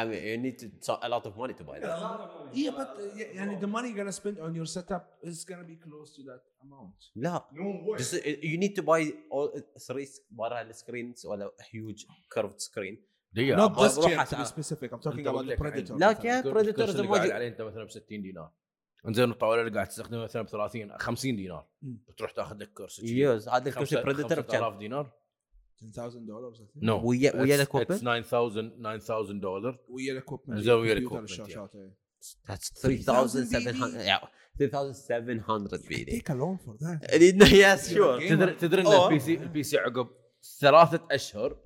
[SPEAKER 1] I mean you need to so- a lot of money to buy
[SPEAKER 4] Yeah, a
[SPEAKER 1] that
[SPEAKER 4] lot of money.
[SPEAKER 3] yeah but uh, yeah, يعني the money you're gonna spend on your setup is gonna be close to that amount
[SPEAKER 1] لا
[SPEAKER 4] No way.
[SPEAKER 1] Just, uh, you need to buy all three برا السكرينز ولا huge curved screen
[SPEAKER 2] دقيقه
[SPEAKER 3] not
[SPEAKER 1] بروح
[SPEAKER 3] this chair to be
[SPEAKER 1] أسعى.
[SPEAKER 3] specific I'm talking
[SPEAKER 2] أنت
[SPEAKER 3] about
[SPEAKER 2] قلت
[SPEAKER 3] the
[SPEAKER 2] لك عندي.
[SPEAKER 3] predator
[SPEAKER 1] لا،
[SPEAKER 3] مثلاً.
[SPEAKER 1] كيف؟
[SPEAKER 2] الكرسي
[SPEAKER 1] Predator
[SPEAKER 2] اللي
[SPEAKER 1] إذا
[SPEAKER 2] قاعد
[SPEAKER 1] موجود-
[SPEAKER 2] عليه انت مثلا ب 60 دينار انزين الطاوله اللي قاعد تستخدمها مثلا ب 30 50 دينار
[SPEAKER 3] مم.
[SPEAKER 2] بتروح تاخذ لك كرسي كذي.
[SPEAKER 1] يس هذا الكرسي
[SPEAKER 2] خمسة-
[SPEAKER 1] بريدتر بكم
[SPEAKER 2] 5000 دينار
[SPEAKER 3] 10000 دولار or something.
[SPEAKER 2] نو
[SPEAKER 1] ويا ويا
[SPEAKER 2] اتس
[SPEAKER 1] الاكوبمنت
[SPEAKER 2] 9000 9000 دولار
[SPEAKER 3] ويا الاكوبمنت
[SPEAKER 2] زين ويا
[SPEAKER 3] الكمبيوتر
[SPEAKER 2] الequipment،
[SPEAKER 3] والشاشات إيه.
[SPEAKER 1] That's
[SPEAKER 3] 3,700.
[SPEAKER 1] 3700 yeah, 3700 *laughs* بيدي
[SPEAKER 3] take a loan إيه for that
[SPEAKER 1] يس
[SPEAKER 3] sure.
[SPEAKER 2] تدري تدري ان
[SPEAKER 1] أوه.
[SPEAKER 2] البي سي البي سي عقب ثلاثة اشهر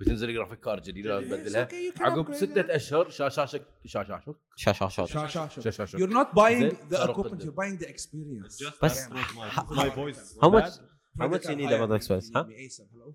[SPEAKER 2] بتنزل جرافيك كارد جديد
[SPEAKER 3] آه،
[SPEAKER 2] لازم تبدلها عقب ستة اشهر شاشاشك شاشاشك
[SPEAKER 1] شاشة شاشة
[SPEAKER 3] شا شا شا
[SPEAKER 2] شاشاشك
[SPEAKER 3] you're not buying
[SPEAKER 2] زين،
[SPEAKER 3] the
[SPEAKER 2] صاروا
[SPEAKER 3] equipment
[SPEAKER 2] قدام.
[SPEAKER 3] you're buying the experience
[SPEAKER 4] Just
[SPEAKER 1] بس-
[SPEAKER 4] upload my-
[SPEAKER 1] ح-
[SPEAKER 4] my voice.
[SPEAKER 1] How
[SPEAKER 4] Bad.
[SPEAKER 1] much how much you need about the expense, huh?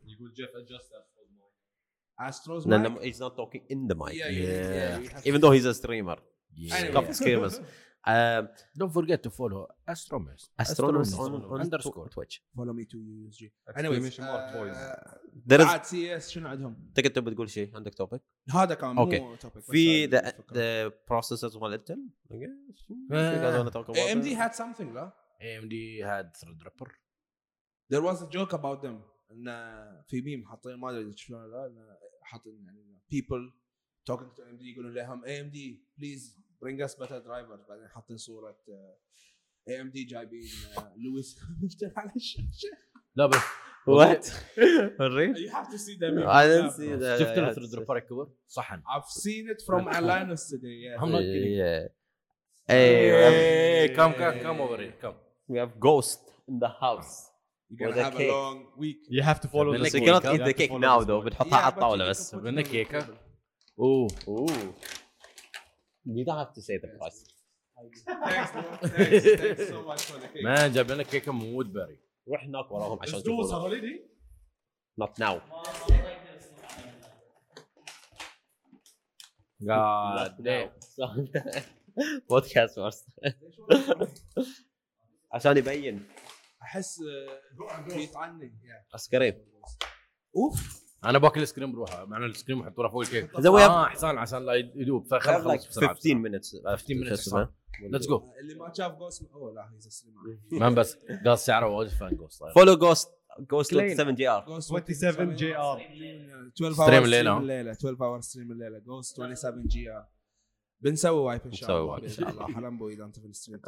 [SPEAKER 4] يقول جيف adjust that for more.
[SPEAKER 3] Astros
[SPEAKER 1] لأن he's not talking in the mic
[SPEAKER 3] yeah, yeah,
[SPEAKER 2] Yeah.
[SPEAKER 3] yeah, yeah.
[SPEAKER 1] even though he's a streamer
[SPEAKER 3] Anyway.
[SPEAKER 1] couple streamers um,
[SPEAKER 2] دونت فورجيت تو فولو استرومس
[SPEAKER 1] astronomers on, on
[SPEAKER 2] اندرسكور
[SPEAKER 1] Twitch
[SPEAKER 3] *laughs* follow me to USG
[SPEAKER 4] Exclamation mark toys.
[SPEAKER 3] Uh,
[SPEAKER 1] there is
[SPEAKER 3] بعد سي اس Ah, شنو عندهم؟
[SPEAKER 1] تقدر تبي تقول شيء عندك توبيك
[SPEAKER 3] هذا كان
[SPEAKER 1] Okay.
[SPEAKER 3] مو topic، بس
[SPEAKER 1] في
[SPEAKER 3] هذا
[SPEAKER 1] the
[SPEAKER 3] اللي فكرت.
[SPEAKER 1] the processors مال انتل I guess. If
[SPEAKER 2] آه.
[SPEAKER 1] you guys wanna talk about
[SPEAKER 3] AMD
[SPEAKER 1] *laughs* that.
[SPEAKER 3] had something لا
[SPEAKER 2] اي ام دي هاد ثريد ريبر
[SPEAKER 3] there was a joke about them ان في ميم حاطين ما ادري إذا شفناه ولا لا إن حاطين يعني people talking to AMD يقولون لهم AMD please bring us better drivers بعدين حاطين صورة آه، AMD جايبين آه، لويس هاملتون على الشاشة *laughs*
[SPEAKER 2] لا بس
[SPEAKER 1] What? Henry?
[SPEAKER 3] you have to see them
[SPEAKER 1] I didn't see that.
[SPEAKER 2] شفت
[SPEAKER 1] Yeah,
[SPEAKER 2] الثريد ريبر يكبر صحن
[SPEAKER 3] I've seen it from Alanis today
[SPEAKER 1] *laughs*
[SPEAKER 3] yeah.
[SPEAKER 2] هم not kidding.
[SPEAKER 1] Yeah. Hey,
[SPEAKER 2] كم كم كم اوفر كم
[SPEAKER 1] we have ghost in the house.
[SPEAKER 3] you're
[SPEAKER 1] With a
[SPEAKER 3] gonna have a
[SPEAKER 1] cake.
[SPEAKER 3] long week
[SPEAKER 4] You have to
[SPEAKER 2] بس
[SPEAKER 4] follow
[SPEAKER 1] بس
[SPEAKER 4] this
[SPEAKER 1] you
[SPEAKER 2] you
[SPEAKER 4] one.
[SPEAKER 1] cannot eat
[SPEAKER 2] cannot
[SPEAKER 4] You
[SPEAKER 1] the
[SPEAKER 4] have to
[SPEAKER 1] cake
[SPEAKER 4] follow
[SPEAKER 1] now
[SPEAKER 4] this
[SPEAKER 1] though
[SPEAKER 4] one.
[SPEAKER 1] بنحطها على الطاوله
[SPEAKER 3] Yeah, but you can
[SPEAKER 1] بس
[SPEAKER 3] put it
[SPEAKER 2] بدنا
[SPEAKER 3] on the
[SPEAKER 2] كيكة.
[SPEAKER 3] table.
[SPEAKER 2] اوه
[SPEAKER 1] اوه You don't have to say the price.
[SPEAKER 3] Thanks, bro.
[SPEAKER 4] uh,
[SPEAKER 3] Thanks, thanks
[SPEAKER 1] *laughs*
[SPEAKER 3] so much for the cake.
[SPEAKER 2] مان جاب لنا كيكه من وودبري
[SPEAKER 1] روح هناك وراهم عشان
[SPEAKER 4] Let's do
[SPEAKER 1] تقول
[SPEAKER 4] already.
[SPEAKER 1] not now. Not
[SPEAKER 2] God
[SPEAKER 1] now.
[SPEAKER 2] damn.
[SPEAKER 1] *laughs* بودكاست فورس
[SPEAKER 3] uh,
[SPEAKER 1] عشان يبين
[SPEAKER 3] احس آه، جيت عني yeah.
[SPEAKER 1] عسكري
[SPEAKER 3] اوف
[SPEAKER 2] انا باكل ايس كريم بروحه معنى الايس كريم احط له فوق الكيك
[SPEAKER 1] إذا ويا-
[SPEAKER 2] اه احسان عشان لا يدوب
[SPEAKER 1] I have
[SPEAKER 2] فخل
[SPEAKER 1] like
[SPEAKER 2] خلص بسرعه
[SPEAKER 1] 15 minutes
[SPEAKER 2] 15 minutes ليتس
[SPEAKER 1] جو
[SPEAKER 2] جو
[SPEAKER 3] اللي ما شاف جوست اوه لا هيز سليمان
[SPEAKER 2] مان بس قال سعره واجد فان طيب. جوست
[SPEAKER 1] فولو جوست جوست
[SPEAKER 2] Clean.
[SPEAKER 1] 7 جي ار
[SPEAKER 3] جوست
[SPEAKER 4] 27 جي ار
[SPEAKER 3] 12
[SPEAKER 2] Stream
[SPEAKER 3] اور
[SPEAKER 2] الليلة.
[SPEAKER 3] الليله الليله 12 اور ستريم الليله جوست 27 جي ار بنسوي وايب ان شاء
[SPEAKER 1] بنسوي
[SPEAKER 3] الله
[SPEAKER 1] وايب.
[SPEAKER 3] باذن الله حلمبو اذا انت في الستريم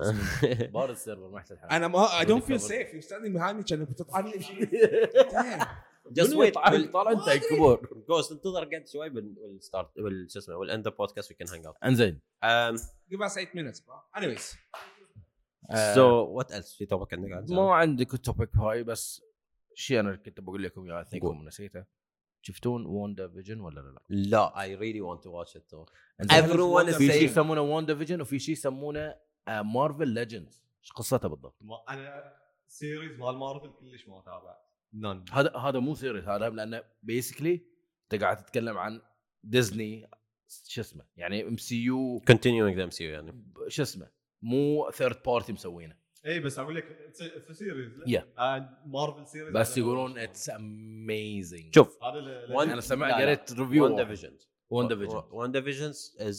[SPEAKER 2] بار السيرفر ما يحتاج حاجه
[SPEAKER 3] انا ما اي دونت فيل سيف يو ستاندينج behind me كانك بتطعني
[SPEAKER 1] جاست ويت
[SPEAKER 2] طالع انت الكبر
[SPEAKER 1] جوست انتظر قد شوي بالستارت شو اسمه والاند بودكاست وي كان هانج
[SPEAKER 2] انزين
[SPEAKER 1] اوت
[SPEAKER 3] جيف اس 8 minutes bro anyways
[SPEAKER 2] Uh,
[SPEAKER 1] سو وات ايلس في توبك عندك عن
[SPEAKER 2] ما عندك التوبيك هاي بس شيء انا كنت بقول لكم اياه
[SPEAKER 1] قول.
[SPEAKER 2] اثنينكم نسيته شفتون وان فيجن ولا لا لا؟
[SPEAKER 1] لا اي ريلي ونت تو واتش ات
[SPEAKER 2] إنزين.
[SPEAKER 1] everyone is
[SPEAKER 2] في شيء
[SPEAKER 1] saying
[SPEAKER 2] يسمونه وان فيجن وفي شيء يسمونه آه، مارفل ليجندز ايش قصته بالضبط؟
[SPEAKER 4] ما- انا سيريز مال مارفل كلش ما اتابع نون
[SPEAKER 2] هذا هذا مو سيريس هذا لانه بيسكلي انت قاعد تتكلم عن ديزني شو اسمه يعني ام سي يو
[SPEAKER 1] continuing ذا ام سي يعني
[SPEAKER 2] شو اسمه مو ثيرد بارتي مسوينه
[SPEAKER 4] اي إيه، بس اقول لك في سيريز
[SPEAKER 2] Yeah.
[SPEAKER 4] مارفل سيريز
[SPEAKER 2] بس يقولون اتس اميزنج
[SPEAKER 1] شوف
[SPEAKER 4] هذا ال-
[SPEAKER 1] One-
[SPEAKER 2] انا سمعت
[SPEAKER 1] لا، لا.
[SPEAKER 2] قريت ريفيو
[SPEAKER 1] One Division.
[SPEAKER 2] وان ديفيجن
[SPEAKER 1] One Division is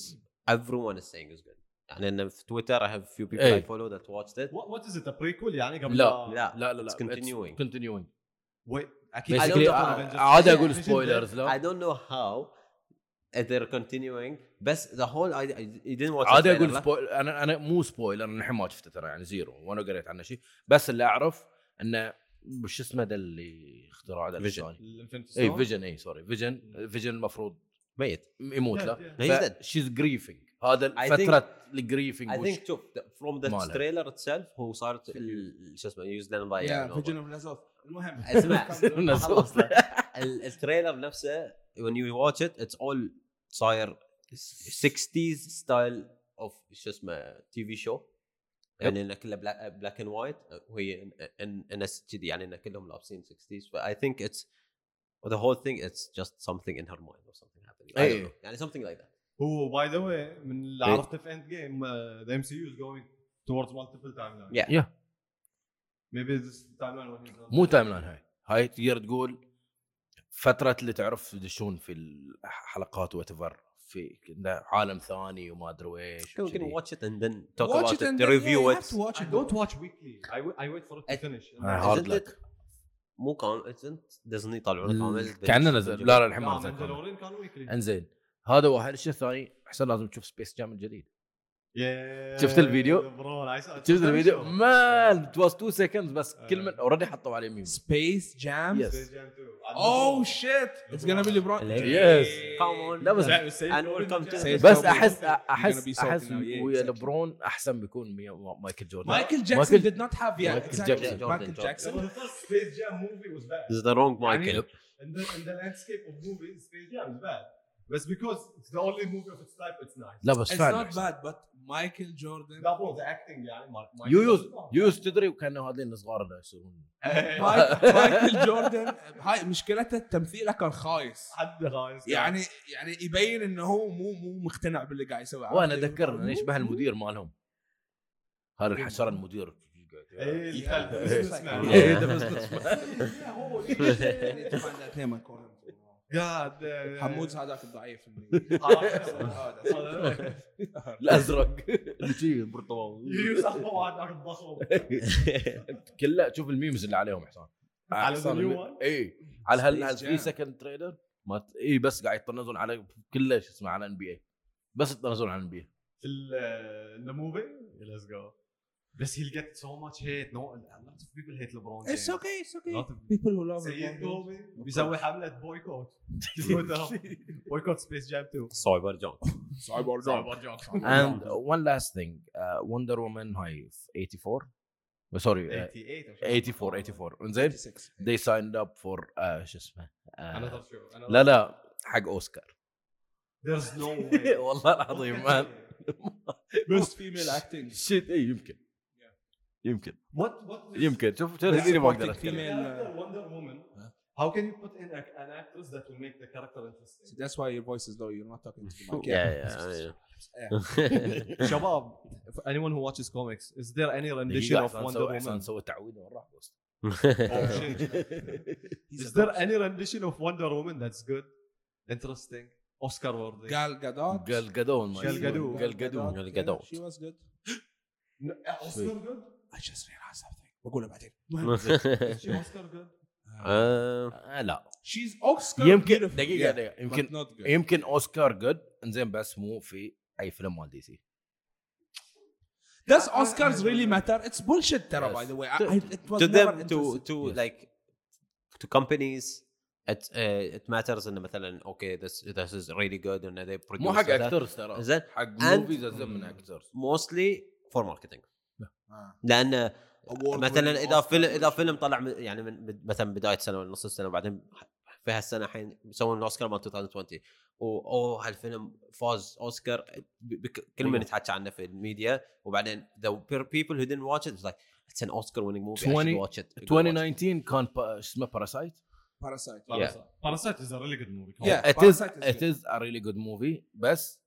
[SPEAKER 1] everyone is saying is good. يعني ان في تويتر اي هاف فيو بيبل
[SPEAKER 2] إيه.
[SPEAKER 1] اي فولو ذات واتش ذات
[SPEAKER 4] What, what is it? A prequel يعني قبل
[SPEAKER 2] لا.
[SPEAKER 4] ما-
[SPEAKER 1] لا
[SPEAKER 2] لا لا لا
[SPEAKER 1] It's continuing.
[SPEAKER 2] كونتينيوينج
[SPEAKER 4] Wait, اكيد I
[SPEAKER 2] بيسكلي
[SPEAKER 4] don't know about Avengers.
[SPEAKER 2] آه، عادي
[SPEAKER 1] *laughs*
[SPEAKER 4] Yeah,
[SPEAKER 2] اقول
[SPEAKER 4] Vision
[SPEAKER 2] سبويلرز
[SPEAKER 1] I
[SPEAKER 2] لا
[SPEAKER 1] don't know how they're continuing بس the whole I, I you didn't watch
[SPEAKER 2] عادي
[SPEAKER 1] the trailer,
[SPEAKER 2] اقول
[SPEAKER 1] لا؟
[SPEAKER 2] سبويل انا انا مو سبويلر انا الحين ما شفته ترى يعني زيرو وانا قريت عنه شيء بس اللي اعرف انه وش اسمه ده اللي اختراع ده
[SPEAKER 1] Vision.
[SPEAKER 2] الثاني
[SPEAKER 4] Dead. Infinity Stone.
[SPEAKER 2] اي فيجن اي سوري فيجن فيجن المفروض
[SPEAKER 1] ميت
[SPEAKER 2] يموت
[SPEAKER 4] Yeah,
[SPEAKER 2] لا
[SPEAKER 4] yeah.
[SPEAKER 1] No, he's dead.
[SPEAKER 2] شيز جريفنج هذا
[SPEAKER 1] I think-
[SPEAKER 2] فتره الجريفنج
[SPEAKER 1] I
[SPEAKER 2] *laughs*
[SPEAKER 1] think شوف the- from the
[SPEAKER 2] ماله.
[SPEAKER 1] trailer itself هو صارت ال- شو اسمه يوز لان باي
[SPEAKER 3] يا فيجن اوف لازوف المهم
[SPEAKER 1] اسمع *laughs*
[SPEAKER 2] Lana Zoff.
[SPEAKER 1] خلصنا ال- التريلر نفسه when you watch it it's all صاير 60s ستايل اوف شو اسمه تي في شو يعني انه كله بلاك اند وايت وهي إن- إن- الناس كذي يعني انه كلهم لابسين 60s فاي ثينك اتس the whole thing it's just something in her mind or something happening I don't
[SPEAKER 2] إيه.
[SPEAKER 1] know. يعني something like that
[SPEAKER 4] هو باي ذا واي من اللي
[SPEAKER 1] إيه.
[SPEAKER 4] عرفته في آه، اند جيم ذا ام سي يو از جوينج towards multiple timelines.
[SPEAKER 1] Yeah.
[SPEAKER 2] Yeah.
[SPEAKER 4] Maybe this timeline when he's not-
[SPEAKER 2] مو تايم لاين هاي هاي تقدر تقول فترة اللي تعرف يدشون في الحلقات وتفر في كنا عالم ثاني وما ادري ويش
[SPEAKER 1] we can
[SPEAKER 2] وكذي.
[SPEAKER 1] watch it and then talk about it to review it
[SPEAKER 4] I don't watch weekly. I, wa- I wait for it to
[SPEAKER 1] It-
[SPEAKER 4] finish.
[SPEAKER 2] آه،
[SPEAKER 1] Isn't
[SPEAKER 2] hard
[SPEAKER 1] it-
[SPEAKER 2] luck.
[SPEAKER 1] مو كان دزني يطلعون كامل
[SPEAKER 2] كانه نزل لا لا الحين ما
[SPEAKER 4] لا،
[SPEAKER 2] نزل كامل.
[SPEAKER 4] Mandalorian كان weekly.
[SPEAKER 2] انزين هذا واحد الشيء الثاني احسن لازم تشوف سبيس جام الجديد
[SPEAKER 4] Yeah.
[SPEAKER 2] شفت الفيديو؟
[SPEAKER 4] Bro, I saw-
[SPEAKER 2] شفت الفيديو
[SPEAKER 4] Sure.
[SPEAKER 2] مان ات واز 2 سكندز بس
[SPEAKER 4] آه.
[SPEAKER 2] كل من اوريدي حطوا عليه ميم
[SPEAKER 3] سبيس جام
[SPEAKER 2] Yes.
[SPEAKER 4] Space Jam 2. I
[SPEAKER 3] اوه
[SPEAKER 4] love-
[SPEAKER 3] شيت اتس Oh, gonna be ليبرون
[SPEAKER 2] Yes.
[SPEAKER 1] Come on.
[SPEAKER 2] لا بس
[SPEAKER 4] Say- say
[SPEAKER 1] And
[SPEAKER 4] Robin
[SPEAKER 1] welcome
[SPEAKER 4] Jam.
[SPEAKER 1] to-
[SPEAKER 2] بس
[SPEAKER 3] Kobe.
[SPEAKER 2] احس
[SPEAKER 3] You're gonna
[SPEAKER 2] احس
[SPEAKER 3] be
[SPEAKER 2] احس
[SPEAKER 3] sorted now. Yeah,
[SPEAKER 2] ويا
[SPEAKER 3] exactly.
[SPEAKER 2] لبرون احسن بيكون ميا- ما- مايكل جوردن
[SPEAKER 3] مايكل
[SPEAKER 2] مايكل-
[SPEAKER 3] جاكسون did not have yeah
[SPEAKER 2] مايكل
[SPEAKER 3] exactly
[SPEAKER 2] جاكسون.
[SPEAKER 3] مايكل
[SPEAKER 1] Jordan, Jordan.
[SPEAKER 4] So
[SPEAKER 3] جاكسون
[SPEAKER 4] the first Space Jam movie was bad.
[SPEAKER 1] This is the wrong
[SPEAKER 4] يعني-
[SPEAKER 1] Michael.
[SPEAKER 4] And the, and the landscape of movies, Space Jam is bad. That's because it's the only movie of its type, it's nice.
[SPEAKER 2] لا بس
[SPEAKER 3] it's not
[SPEAKER 2] فعلا
[SPEAKER 3] bad but مايكل
[SPEAKER 1] *laughs*
[SPEAKER 3] جوردن
[SPEAKER 4] That was the acting, yeah. Mike- Mike
[SPEAKER 2] يو
[SPEAKER 4] *laughs*
[SPEAKER 2] يوز
[SPEAKER 4] was wrong.
[SPEAKER 2] يو يوز تدري وكانه هذين الصغار اللي يصيرون
[SPEAKER 3] مايكل جوردن هاي مشكلته تمثيله كان خايس
[SPEAKER 4] حد خايس
[SPEAKER 3] يعني يعني يبين انه هو مو مو مقتنع باللي قاعد يسويه
[SPEAKER 2] وانا
[SPEAKER 3] عرفت؟
[SPEAKER 2] ذكرنا إنه يشبه المدير مالهم هذا الحشره المدير
[SPEAKER 4] ايه
[SPEAKER 2] إيه.
[SPEAKER 1] *laughs*
[SPEAKER 4] الكلب
[SPEAKER 3] يعني هو يعني طبعاً الاثنين ما يكونون.
[SPEAKER 4] قاعد *laughs*
[SPEAKER 3] حمود هذاك الضعيف
[SPEAKER 4] Oh,
[SPEAKER 2] الازرق اللي شي برتقال.
[SPEAKER 4] يوسف واحد
[SPEAKER 3] *laughs*
[SPEAKER 4] هذاك الضخم
[SPEAKER 2] كله شوف الميمز اللي عليهم احسان
[SPEAKER 3] Ah,
[SPEAKER 4] على
[SPEAKER 2] أحسان
[SPEAKER 4] the new
[SPEAKER 2] المي-
[SPEAKER 4] one؟
[SPEAKER 2] اي على هال
[SPEAKER 3] Space
[SPEAKER 2] هال في
[SPEAKER 3] Jam.
[SPEAKER 2] سكند تريلر ما اي بس قاعد يطنزون على كله شو اسمه على ان بي اي بس يطنزون على ان بي اي
[SPEAKER 4] ذا موفي ليتس جو بس he'll get so much hate no a lot of people hate LeBron
[SPEAKER 3] اتس
[SPEAKER 4] James.
[SPEAKER 3] اوكي اتس
[SPEAKER 4] A lot
[SPEAKER 3] اوكي
[SPEAKER 4] of-
[SPEAKER 3] بيبل هو لاف
[SPEAKER 4] سيد كوبي بيسوي حملة *laughs* بويكوت بويكوت سبيس جام 2
[SPEAKER 1] سايبر جون
[SPEAKER 3] صعب
[SPEAKER 4] *laughs*
[SPEAKER 2] اند وان لاست ثينج وندر وومن هاي 84 آه، سوري 84 84 انزين they signed up for uh, شو اسمه uh, لا لا حق اوسكار
[SPEAKER 4] there's no way
[SPEAKER 2] والله *laughs* العظيم
[SPEAKER 4] *laughs*
[SPEAKER 2] مان
[SPEAKER 3] بيست فيميل اكتنج
[SPEAKER 2] شيت اي يمكن يمكن
[SPEAKER 4] what what
[SPEAKER 2] يمكن شوف شوف هذي ما اقدر
[SPEAKER 4] The
[SPEAKER 2] أتكلم.
[SPEAKER 4] character Wonder Woman how can you put in a, an actress that will make the character interesting
[SPEAKER 3] *laughs* That's why your voice is low. You're not talking to the mic.
[SPEAKER 2] *laughs*
[SPEAKER 4] شباب if anyone who watches comics is there any rendition
[SPEAKER 2] دقيقة
[SPEAKER 4] of
[SPEAKER 2] أحسن
[SPEAKER 4] Wonder
[SPEAKER 2] سوي- أحسن
[SPEAKER 4] Woman
[SPEAKER 2] سوي تعويذة من راح بوست.
[SPEAKER 1] *laughs*
[SPEAKER 4] Oh, *laughs* shit. is there any rendition of Wonder Woman that's good interesting Oscar worthy
[SPEAKER 3] Gal Gadot.
[SPEAKER 2] قال قدون
[SPEAKER 4] قال قدون.
[SPEAKER 2] قال قدون
[SPEAKER 1] قال
[SPEAKER 3] yeah,
[SPEAKER 1] قدون.
[SPEAKER 3] She was good.
[SPEAKER 4] No, eh, Oscar good
[SPEAKER 1] *laughs*
[SPEAKER 3] I just realized something. بقولها بعدين.
[SPEAKER 4] is she Oscar good
[SPEAKER 1] Uh,
[SPEAKER 2] آه، لا
[SPEAKER 3] She's Oscar.
[SPEAKER 2] يمكن
[SPEAKER 3] beautiful.
[SPEAKER 2] دقيقة
[SPEAKER 3] Yeah,
[SPEAKER 2] دقيقة
[SPEAKER 3] but
[SPEAKER 2] يمكن
[SPEAKER 3] not good.
[SPEAKER 2] يمكن اوسكار جود انزين بس مو في اي فيلم مال دي سي
[SPEAKER 3] Does Oscars really matter? It's bullshit, Tara,
[SPEAKER 2] Yes.
[SPEAKER 3] by the way. I,
[SPEAKER 1] To-
[SPEAKER 3] I, it was
[SPEAKER 1] to
[SPEAKER 3] never
[SPEAKER 1] them to
[SPEAKER 3] interested.
[SPEAKER 1] to
[SPEAKER 2] Yes.
[SPEAKER 1] like to companies it uh, it matters انه مثلا okay this this is really good and they produce
[SPEAKER 2] مو حق
[SPEAKER 1] that.
[SPEAKER 2] اكترز ترى
[SPEAKER 1] زين
[SPEAKER 2] حق
[SPEAKER 1] And-
[SPEAKER 2] موفيز انزين من اكترز
[SPEAKER 1] mostly for marketing
[SPEAKER 3] آه.
[SPEAKER 1] لان
[SPEAKER 3] Award
[SPEAKER 1] مثلا
[SPEAKER 3] winning
[SPEAKER 1] اذا
[SPEAKER 3] Oscar.
[SPEAKER 1] Ah. فيلم اذا فيلم طلع من- يعني من بد- مثلا بدايه السنه ولا نص السنه وبعدين في هالسنه الحين يسوون الاوسكار مال 2020 و- اوه هالفيلم فاز اوسكار ب- بك- كل من
[SPEAKER 2] أيوه.
[SPEAKER 1] يتحكى عنه في الميديا وبعدين the people who didn't watch it was like it's an Oscar winning movie
[SPEAKER 2] 20
[SPEAKER 1] I should watch it Go watch it.
[SPEAKER 2] 2019 كان با- شو اسمه باراسايت
[SPEAKER 3] Parasite.
[SPEAKER 1] Yeah.
[SPEAKER 4] Parasite Parasite is a really good movie
[SPEAKER 3] Yeah.
[SPEAKER 2] it is
[SPEAKER 3] Parasite is
[SPEAKER 2] it is
[SPEAKER 3] good.
[SPEAKER 2] a really good movie بس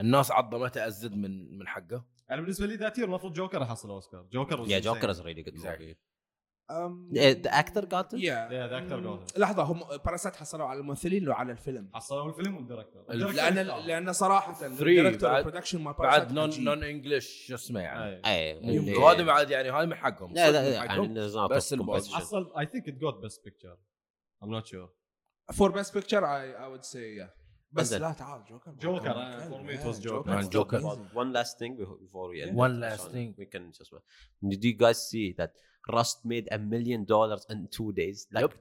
[SPEAKER 2] الناس عظمته ازد من من حقه
[SPEAKER 4] انا بالنسبه لي ذات يير المفروض جوكر يحصل اوسكار جوكر was
[SPEAKER 1] yeah
[SPEAKER 4] insane.
[SPEAKER 1] Joker is a really good
[SPEAKER 2] Exactly.
[SPEAKER 1] movie Eh,
[SPEAKER 3] Um,
[SPEAKER 1] The, إيه، the actor got it?
[SPEAKER 3] yeah.
[SPEAKER 4] Yeah, the actor got it.
[SPEAKER 3] لحظه هم باراسايت حصلوا على الممثلين ولا على الفيلم؟
[SPEAKER 4] حصلوا الفيلم والديركتور
[SPEAKER 3] لان لان صراحه
[SPEAKER 2] بعد-
[SPEAKER 3] برودكشن مال
[SPEAKER 2] بعد
[SPEAKER 3] Parasite
[SPEAKER 2] نون
[SPEAKER 3] عجيب.
[SPEAKER 2] نون انجلش شو اسمه يعني
[SPEAKER 4] اي
[SPEAKER 1] اي
[SPEAKER 2] مو-
[SPEAKER 1] إيه.
[SPEAKER 2] هذا بعد يعني هذا من حقهم
[SPEAKER 1] لا
[SPEAKER 2] صدق
[SPEAKER 1] لا
[SPEAKER 2] من
[SPEAKER 1] يعني
[SPEAKER 2] حقهم.
[SPEAKER 1] there's not
[SPEAKER 2] بس
[SPEAKER 1] a
[SPEAKER 2] البوز.
[SPEAKER 1] competition.
[SPEAKER 4] حصل I think it got best picture I'm not sure
[SPEAKER 3] فور بيست بيكتشر اي وود سي بس
[SPEAKER 1] أنزل.
[SPEAKER 3] لا تعال جوكر
[SPEAKER 4] جوكر،
[SPEAKER 3] كان-
[SPEAKER 4] for me it
[SPEAKER 3] yeah,
[SPEAKER 4] was Joker.
[SPEAKER 2] Man, Joker.
[SPEAKER 3] amazing.
[SPEAKER 1] One last thing befo- before we end.
[SPEAKER 2] One
[SPEAKER 1] it,
[SPEAKER 2] last
[SPEAKER 1] Hassan.
[SPEAKER 2] thing.
[SPEAKER 1] We can just. Did you guys see that Rust made a million dollars in two days? Like,
[SPEAKER 2] Yup.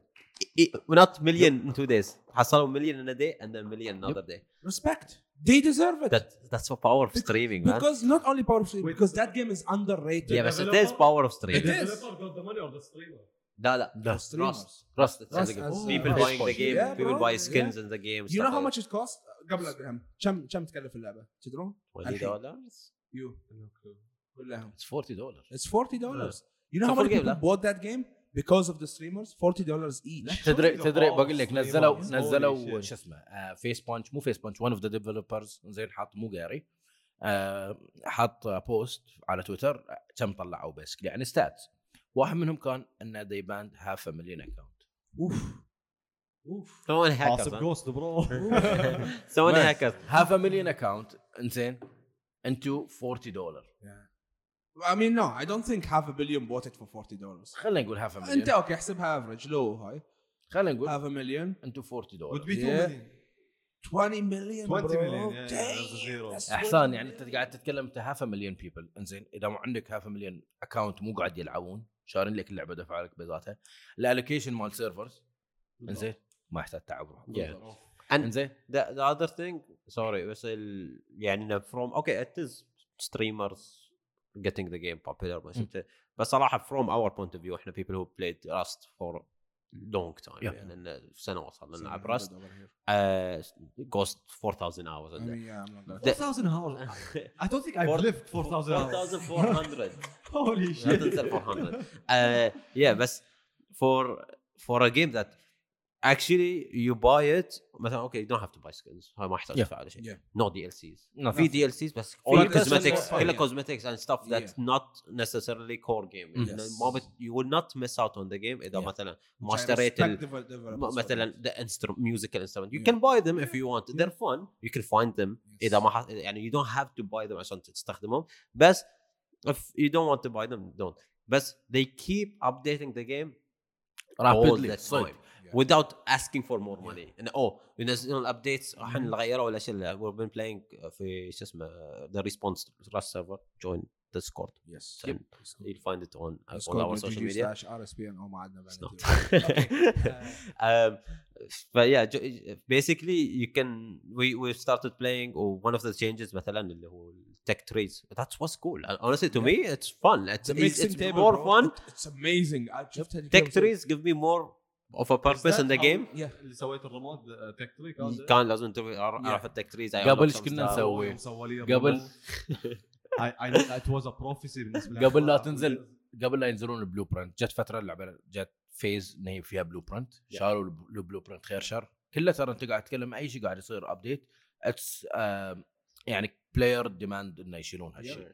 [SPEAKER 1] i- i- not million in two days. حصلوا million in a day and then million another day.
[SPEAKER 3] respect. They deserve it.
[SPEAKER 1] That that's the power of streaming, man.
[SPEAKER 3] because not only power of Street,
[SPEAKER 4] Wait.
[SPEAKER 3] because that game is underrated.
[SPEAKER 1] Yeah, but it
[SPEAKER 4] developer-
[SPEAKER 1] is power of
[SPEAKER 4] The
[SPEAKER 3] It
[SPEAKER 1] streaming.
[SPEAKER 3] is.
[SPEAKER 4] developer got the money or the streamer
[SPEAKER 1] لا لا
[SPEAKER 2] لا.
[SPEAKER 1] Rust
[SPEAKER 3] Streamers.
[SPEAKER 1] Rust it's
[SPEAKER 3] Rust
[SPEAKER 1] like
[SPEAKER 3] as-
[SPEAKER 1] people
[SPEAKER 3] Rust.
[SPEAKER 1] buying the game
[SPEAKER 3] Yeah,
[SPEAKER 1] people
[SPEAKER 3] bro,
[SPEAKER 1] buy
[SPEAKER 3] yeah.
[SPEAKER 1] skins in the game
[SPEAKER 3] You know
[SPEAKER 1] stuff
[SPEAKER 3] how
[SPEAKER 1] like
[SPEAKER 3] much it cost قبل ادرهم كم كم تكلف اللعبه تدرون؟
[SPEAKER 1] that. 20 dollars
[SPEAKER 3] يو كلهم
[SPEAKER 2] It's 40 دولار
[SPEAKER 3] It's 40 dollars. You know how
[SPEAKER 1] So full
[SPEAKER 3] many
[SPEAKER 1] game,
[SPEAKER 3] people
[SPEAKER 1] لا.
[SPEAKER 3] bought that game because of the streamers? 40 dollars each.
[SPEAKER 2] تدري تدري بقول لك نزلوا
[SPEAKER 4] Holy
[SPEAKER 2] نزلوا
[SPEAKER 4] shit.
[SPEAKER 2] شو اسمه فيس بانش مو فيس بانش ون اوف ذا ديفلوبرز زين حط مو جاري آه، حط بوست على تويتر آه، كم طلعوا بس يعني ستاتس واحد منهم كان ان they banned half a million account
[SPEAKER 3] اوف
[SPEAKER 1] someone hackers
[SPEAKER 4] حاسب
[SPEAKER 1] huh? *laughs*
[SPEAKER 4] جوست برو
[SPEAKER 1] someone
[SPEAKER 2] Man.
[SPEAKER 1] hackers
[SPEAKER 2] half a million account انزين انتو 40 دولار
[SPEAKER 3] I mean no I don't think half a billion bought it for 40 dollars.
[SPEAKER 2] خلينا نقول half a
[SPEAKER 3] انت
[SPEAKER 2] million
[SPEAKER 3] اوكي احسبها افريج لو هاي
[SPEAKER 2] خلينا نقول
[SPEAKER 3] half a million
[SPEAKER 2] انتو 40
[SPEAKER 4] would
[SPEAKER 2] دولار
[SPEAKER 4] be 2
[SPEAKER 3] Yeah. 20 million
[SPEAKER 4] million 20
[SPEAKER 3] bro.
[SPEAKER 4] million, yeah, yeah, that's a
[SPEAKER 3] Damn,
[SPEAKER 4] zero.
[SPEAKER 3] that's
[SPEAKER 2] احسان يعني انت قاعد تتكلم انت هاف مليون بيبل انزين اذا مو عندك هاف مليون اكاونت مو قاعد يلعبون شارين لك اللعبه دفع لك بذاتها الالوكيشن مال سيرفرز انزين ما يحتاج تعب روحك.
[SPEAKER 1] Yeah. And-
[SPEAKER 3] Oh,
[SPEAKER 2] انزين
[SPEAKER 1] the, the other thing sorry بس ال, يعني إنه from okay it is streamers getting the game popular ما شفته بس صراحه from our point of view احنا people who played Rust for long time
[SPEAKER 2] Yeah.
[SPEAKER 1] يعني إنه سنوات صار لنا نلعب Rust
[SPEAKER 3] Over here.
[SPEAKER 1] uh, ghost 4000 hours
[SPEAKER 3] I
[SPEAKER 1] in there.
[SPEAKER 3] mean, yeah, I'm not that-
[SPEAKER 1] The-
[SPEAKER 4] 4000
[SPEAKER 1] *laughs*
[SPEAKER 4] hours I don't think I've
[SPEAKER 1] Four-
[SPEAKER 4] lived 4000 hours
[SPEAKER 1] 4400
[SPEAKER 4] holy
[SPEAKER 1] لا
[SPEAKER 4] shit
[SPEAKER 1] تنسى 400 uh, yeah بس for for a game that actually you buy it مثلا okay you don't have to buy skins هاي ما احتاج
[SPEAKER 2] Yeah.
[SPEAKER 1] ادفع على شيء
[SPEAKER 3] Yeah.
[SPEAKER 1] no DLCs
[SPEAKER 2] Nothing.
[SPEAKER 1] في DLCs بس
[SPEAKER 3] All
[SPEAKER 1] all
[SPEAKER 3] the cosmetics.
[SPEAKER 1] cosmetics كلها
[SPEAKER 3] Yeah.
[SPEAKER 1] cosmetics and stuff that's not necessarily core game
[SPEAKER 2] Mm.
[SPEAKER 1] يعني
[SPEAKER 3] Yes.
[SPEAKER 1] ما بت you will not miss out on the game اذا
[SPEAKER 2] Yeah.
[SPEAKER 1] مثلا
[SPEAKER 3] I
[SPEAKER 1] ما اشتريت ال-
[SPEAKER 3] respect the developers
[SPEAKER 1] م-
[SPEAKER 3] for
[SPEAKER 1] مثلا
[SPEAKER 3] that.
[SPEAKER 1] the instrument musical instrument you
[SPEAKER 3] Yeah.
[SPEAKER 1] can buy them if you want they're fun you can find them
[SPEAKER 3] Yes.
[SPEAKER 1] اذا ما ح... يعني you don't have to buy them عشان تستخدمهم بس if you don't want to buy them don't بس they keep updating the game all
[SPEAKER 2] رابيدلي
[SPEAKER 1] the time
[SPEAKER 2] صدق
[SPEAKER 3] Yeah.
[SPEAKER 1] without asking for more money and oh ينزلون الابديتس احنا نغيروا الاشياء اللي we've been playing في شو اسمه the response rust server join discord
[SPEAKER 3] Yes.
[SPEAKER 1] and you'll find it on
[SPEAKER 3] It's
[SPEAKER 1] on our
[SPEAKER 3] called
[SPEAKER 1] social
[SPEAKER 3] GG
[SPEAKER 1] media
[SPEAKER 3] slash RSPN أو ما عندنا
[SPEAKER 1] It's
[SPEAKER 3] بعد.
[SPEAKER 1] not. *laughs* um, but yeah, jo- basically you can we we started playing or one of the changes مثلا اللي هو tech trees. That's what's cool. And honestly, to me, it's fun. It's
[SPEAKER 3] It's a
[SPEAKER 1] it's,
[SPEAKER 3] mixing
[SPEAKER 1] it's
[SPEAKER 3] table,
[SPEAKER 1] more
[SPEAKER 3] bro.
[SPEAKER 1] fun.
[SPEAKER 3] It- It's amazing. I just had-
[SPEAKER 1] Tech trees give me more of a purpose in the game.
[SPEAKER 3] Yeah.
[SPEAKER 4] اللي سويت الريموت آه، تك تريك
[SPEAKER 1] كان لازم تبي أع- اعرف التك تريز
[SPEAKER 2] قبل إيش كنا
[SPEAKER 3] آه،
[SPEAKER 2] نسوي؟ سوي. قبل-
[SPEAKER 4] ات واز ا بروفيسي بالنسبه لي
[SPEAKER 2] قبل لا تنزل قبل لا ينزلون البلو برنت جت فتره اللعبه جت فيز ان هي فيها بلو برنت شالوا الب- البلو برنت خير شر كله ترى انت قاعد تتكلم اي شيء قاعد يصير ابديت اتس يعني بلاير ديماند انه يشيلون هالشيء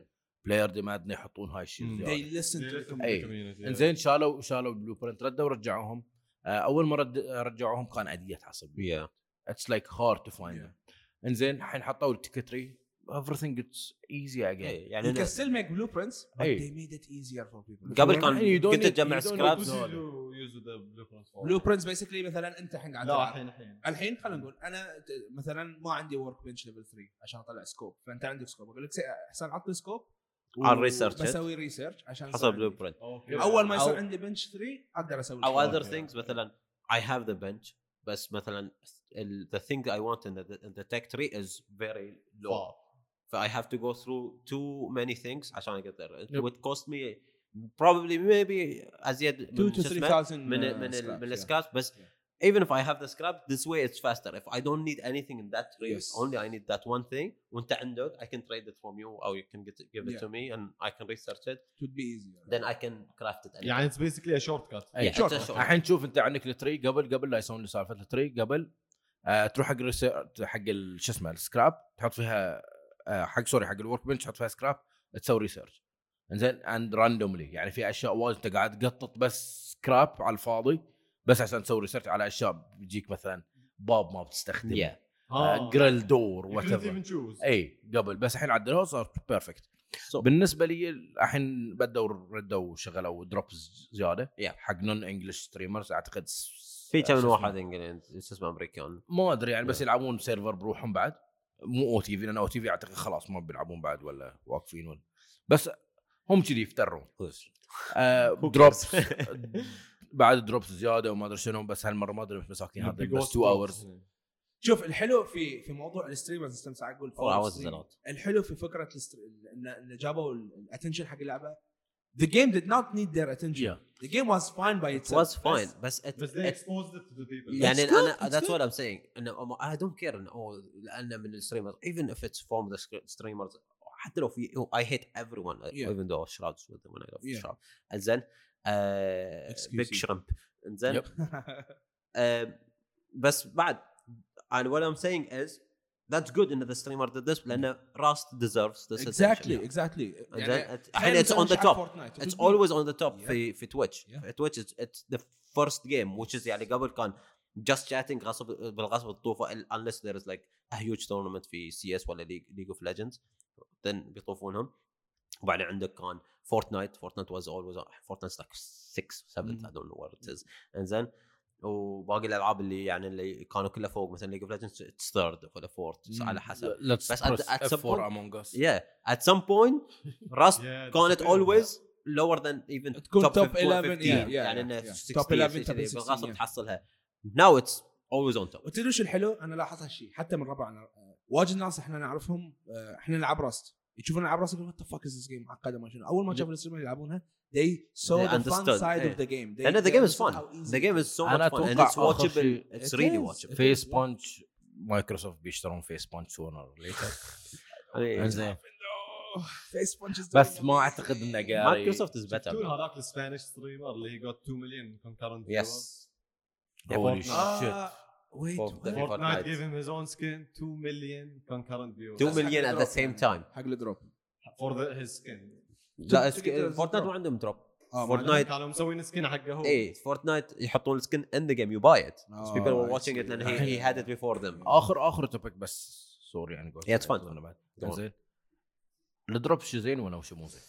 [SPEAKER 2] بلاير ديماند انه يحطون هاي الشيء
[SPEAKER 4] Mm.
[SPEAKER 2] زيادة.
[SPEAKER 3] They listen to the community.
[SPEAKER 2] أي.
[SPEAKER 4] انزين
[SPEAKER 2] انزين شالوا شالوا البلو برنت ردوا رجعوهم آه، اول مره رد- رجعوهم كان اديه حصل
[SPEAKER 1] Yeah.
[SPEAKER 2] اتس لايك هارد تو فايند
[SPEAKER 3] Yeah.
[SPEAKER 2] انزين الحين حطوا التكتري everything it's easy again
[SPEAKER 1] إيه، يعني
[SPEAKER 3] You can
[SPEAKER 1] أنا-
[SPEAKER 3] still make blueprints, but
[SPEAKER 2] أي.
[SPEAKER 3] they made it easier for people.
[SPEAKER 1] قبل
[SPEAKER 2] يعني
[SPEAKER 1] كان
[SPEAKER 2] you don't
[SPEAKER 1] كنت
[SPEAKER 2] need-
[SPEAKER 1] تجمع
[SPEAKER 2] you don't need
[SPEAKER 1] سكرابس
[SPEAKER 2] to-
[SPEAKER 3] Blueprints basically مثلا انت الحين قاعد
[SPEAKER 4] لا
[SPEAKER 3] تلعب.
[SPEAKER 4] الحين الحين
[SPEAKER 3] الحين خلينا نقول انا ت- مثلا ما عندي ورك بنش ليفل 3 عشان اطلع سكوب فانت عندك سكوب اقول لك سي- احسن عطني سكوب و-
[SPEAKER 1] على الريسيرش.
[SPEAKER 3] بسوي ريسيرش عشان
[SPEAKER 1] حصل
[SPEAKER 3] يصير
[SPEAKER 1] بلو
[SPEAKER 3] عندي.
[SPEAKER 1] برنت.
[SPEAKER 4] اوكي
[SPEAKER 3] اول ما يصير
[SPEAKER 1] أو-
[SPEAKER 3] عندي بنش 3 اقدر اسوي
[SPEAKER 1] او
[SPEAKER 3] الشغل.
[SPEAKER 1] other things مثلا I have the bench بس مثلا ال- the thing I want in the, in the tech tree is very low so I have to go through too many things عشان I get there it
[SPEAKER 2] Yep.
[SPEAKER 1] would cost me probably maybe ازيد
[SPEAKER 3] Two
[SPEAKER 1] من
[SPEAKER 3] to
[SPEAKER 1] شو اسمه؟
[SPEAKER 3] 3000
[SPEAKER 1] من
[SPEAKER 3] uh,
[SPEAKER 1] ال- من ال-
[SPEAKER 3] scraps,
[SPEAKER 1] من
[SPEAKER 3] yeah.
[SPEAKER 1] السكراب بس
[SPEAKER 3] Yeah.
[SPEAKER 1] even if I have the scrap this way it's faster if I don't need anything in that tree
[SPEAKER 3] Yes.
[SPEAKER 1] only I need that one thing وانت عندك I can trade it from you or you can get it, give it
[SPEAKER 3] Yeah.
[SPEAKER 1] to me and I can research it
[SPEAKER 3] It would be easier.
[SPEAKER 1] then I can craft it anyway.
[SPEAKER 4] يعني اتس بيسكلي شورت كات
[SPEAKER 2] أي.
[SPEAKER 1] Yeah, it's a
[SPEAKER 3] shortcut.
[SPEAKER 1] shortcut.
[SPEAKER 2] الحين شوف انت عندك التري قبل قبل لا يسوون لي سالفه التري قبل آه تروح حق الريسير- حق ال- شو اسمه السكراب تحط فيها آه حق سوري حق الورك بنش تحط فيها سكراب تسوي ريسيرش انزين اند راندوملي يعني في اشياء وايد انت قاعد تقطط بس سكراب على الفاضي بس عشان تسوي ريسيرش على اشياء بيجيك مثلا باب ما بتستخدمه آه،
[SPEAKER 1] Yeah.
[SPEAKER 4] Ah. آه.
[SPEAKER 2] جريل دور وات
[SPEAKER 4] وات
[SPEAKER 2] ايفر
[SPEAKER 4] ايفر
[SPEAKER 2] اي إيه، قبل بس الحين عدلوها صار بيرفكت
[SPEAKER 1] So-
[SPEAKER 2] بالنسبه لي الحين بدوا ردوا شغلوا دروبز زياده
[SPEAKER 1] Yeah.
[SPEAKER 2] حق نون انجلش ستريمرز اعتقد س-
[SPEAKER 1] في
[SPEAKER 2] شو
[SPEAKER 1] كم
[SPEAKER 2] اسمه؟
[SPEAKER 1] واحد انجليزي شو اسمه امريكان
[SPEAKER 2] ما ادري يعني
[SPEAKER 1] Yeah.
[SPEAKER 2] بس يلعبون سيرفر بروحهم بعد مو او تي في لان او تي في اعتقد خلاص ما بيلعبون بعد ولا واقفين ولا بس هم كذي يفتروا
[SPEAKER 1] *laughs*
[SPEAKER 2] آه
[SPEAKER 1] Who
[SPEAKER 3] *laughs*
[SPEAKER 2] دروبس
[SPEAKER 1] cares؟
[SPEAKER 2] *laughs* بعد دروبس زياده وما ادري شنو بس هالمره ما ادري مش مساكين هذا بس 2 اورز
[SPEAKER 3] شوف الحلو في في موضوع الستريمرز مثل ما ساعات اقول
[SPEAKER 1] Oh, I was
[SPEAKER 3] stream.
[SPEAKER 1] a lot.
[SPEAKER 3] الحلو في فكره الستر- ان إن جابوا الاتنشن حق اللعبه The game did not need their attention.
[SPEAKER 2] Yeah.
[SPEAKER 3] The game was fine by
[SPEAKER 1] It
[SPEAKER 3] itself.
[SPEAKER 1] was fine بس it-
[SPEAKER 4] بس they
[SPEAKER 1] it-
[SPEAKER 4] exposed it to the people
[SPEAKER 1] يعني
[SPEAKER 3] It's good,
[SPEAKER 1] انا
[SPEAKER 3] it's
[SPEAKER 1] ذاتس
[SPEAKER 3] good.
[SPEAKER 1] وات ام سينج انه اي دونت كير انه اوه لانه من الستريمرز even if it's from the streamers حتى لو في I hate everyone
[SPEAKER 3] Yeah.
[SPEAKER 1] even though Shroud's with them when I love
[SPEAKER 3] Yeah.
[SPEAKER 1] Shroud انزين آه
[SPEAKER 3] Excuse
[SPEAKER 1] big
[SPEAKER 3] you.
[SPEAKER 1] shrimp انزين
[SPEAKER 2] Yep.
[SPEAKER 3] *laughs*
[SPEAKER 1] آه بس بعد and what I'm saying is that's good ان the streamer did this لانه Rust deserves this
[SPEAKER 3] exactly,
[SPEAKER 1] attention.
[SPEAKER 3] exactly.
[SPEAKER 1] And
[SPEAKER 3] يعني
[SPEAKER 1] then it-
[SPEAKER 3] تخيل
[SPEAKER 1] and it's on the
[SPEAKER 3] مثلاً
[SPEAKER 1] top.
[SPEAKER 3] Fortnite.
[SPEAKER 1] It's
[SPEAKER 3] It would be-
[SPEAKER 1] always on the top
[SPEAKER 3] Yeah.
[SPEAKER 1] في في تويتش
[SPEAKER 3] Yeah.
[SPEAKER 1] في تويتش it's the first game which is يعني قبل كان just chatting غصب بالغصب الطوفه unless there is like a huge tournament في سي اس ولا ليج ليج اوف ليجندز then بيطوفونهم وبعدين عندك كان فورتنايت فورتنايت was always فورتنايت like 6 7
[SPEAKER 3] Mm.
[SPEAKER 1] I don't know what it is انزين وباقي الالعاب اللي يعني اللي كانوا كلها فوق مثلا ليج اوف ليجندز it's third ولا fourth
[SPEAKER 3] Mm.
[SPEAKER 1] على حسب
[SPEAKER 2] Mm, Let's
[SPEAKER 1] بس
[SPEAKER 2] press
[SPEAKER 1] at- at some
[SPEAKER 2] F4
[SPEAKER 1] point-
[SPEAKER 2] among us
[SPEAKER 1] yeah at some point Rust كانت
[SPEAKER 4] Yeah, disappeared.
[SPEAKER 1] always lower than even
[SPEAKER 3] تكون
[SPEAKER 1] top
[SPEAKER 3] top
[SPEAKER 1] 15,
[SPEAKER 3] 11, yeah, yeah,
[SPEAKER 1] يعني
[SPEAKER 3] yeah,
[SPEAKER 1] انه
[SPEAKER 3] yeah.
[SPEAKER 1] 16
[SPEAKER 3] Top 11,
[SPEAKER 1] 16,
[SPEAKER 3] 16,
[SPEAKER 1] بالغصب
[SPEAKER 3] yeah.
[SPEAKER 1] تحصلها now it's always on top
[SPEAKER 3] وتدري شو الحلو؟ انا لاحظ هالشيء حتى من ربعنا آه، واجد ناس احنا نعرفهم آه، احنا نلعب راست يشوفون نلعب راست يقولون وات ذا فك از ذيس جيم معقده ما شنو اول ما شافوا الستريمر يلعبونها they saw
[SPEAKER 1] They
[SPEAKER 3] the fun
[SPEAKER 1] understood,
[SPEAKER 3] side
[SPEAKER 1] إيه.
[SPEAKER 3] of the game They-
[SPEAKER 1] لان the
[SPEAKER 3] they
[SPEAKER 1] game is fun
[SPEAKER 3] understood how easy
[SPEAKER 1] the game is so
[SPEAKER 2] أنا
[SPEAKER 1] much fun and
[SPEAKER 2] أتوقع
[SPEAKER 1] it's
[SPEAKER 2] آخر
[SPEAKER 1] watchable
[SPEAKER 2] شيء-
[SPEAKER 1] it's
[SPEAKER 3] It
[SPEAKER 1] really
[SPEAKER 3] is.
[SPEAKER 1] watchable
[SPEAKER 2] فيس بانش مايكروسوفت بيشترون فيس بانش سونر
[SPEAKER 1] *laughs* يعني
[SPEAKER 3] إيه.
[SPEAKER 2] زين
[SPEAKER 3] No, face punches
[SPEAKER 2] بس
[SPEAKER 3] doing
[SPEAKER 2] ما
[SPEAKER 3] nothing.
[SPEAKER 2] اعتقد انه قاري
[SPEAKER 1] مايكروسوفت از
[SPEAKER 4] شفتوا
[SPEAKER 1] بيتر
[SPEAKER 4] هذاك السبانيش ستريمر اللي got 2 مليون concurrent
[SPEAKER 1] يس
[SPEAKER 2] Holy
[SPEAKER 4] Fortnite.
[SPEAKER 2] shit.
[SPEAKER 3] آه، wait
[SPEAKER 1] Of the- Fortnite.
[SPEAKER 3] what?
[SPEAKER 4] Fortnite gave him his own skin 2 million concurrent viewers
[SPEAKER 1] 2 million at the same time
[SPEAKER 3] حق الدروب
[SPEAKER 4] for the, his skin
[SPEAKER 1] لا
[SPEAKER 3] to- to get the-
[SPEAKER 1] فورتنايت ما عندهم دروب
[SPEAKER 3] آه، ما
[SPEAKER 1] Fortnite. إيه.
[SPEAKER 4] كانوا مسوين سكين حقه هو
[SPEAKER 1] اي فورتنايت يحطون السكن in the game you buy
[SPEAKER 2] Oh,
[SPEAKER 1] it
[SPEAKER 3] آه،
[SPEAKER 1] people were
[SPEAKER 3] I
[SPEAKER 1] watching
[SPEAKER 3] see.
[SPEAKER 1] it and he, he had it before them
[SPEAKER 2] اخر اخر توبيك بس سوري يعني قلت
[SPEAKER 1] Yeah, it's fun.
[SPEAKER 2] أنا بعد.
[SPEAKER 1] Go on.
[SPEAKER 2] زين الدروب شو زين ولا شو مو زين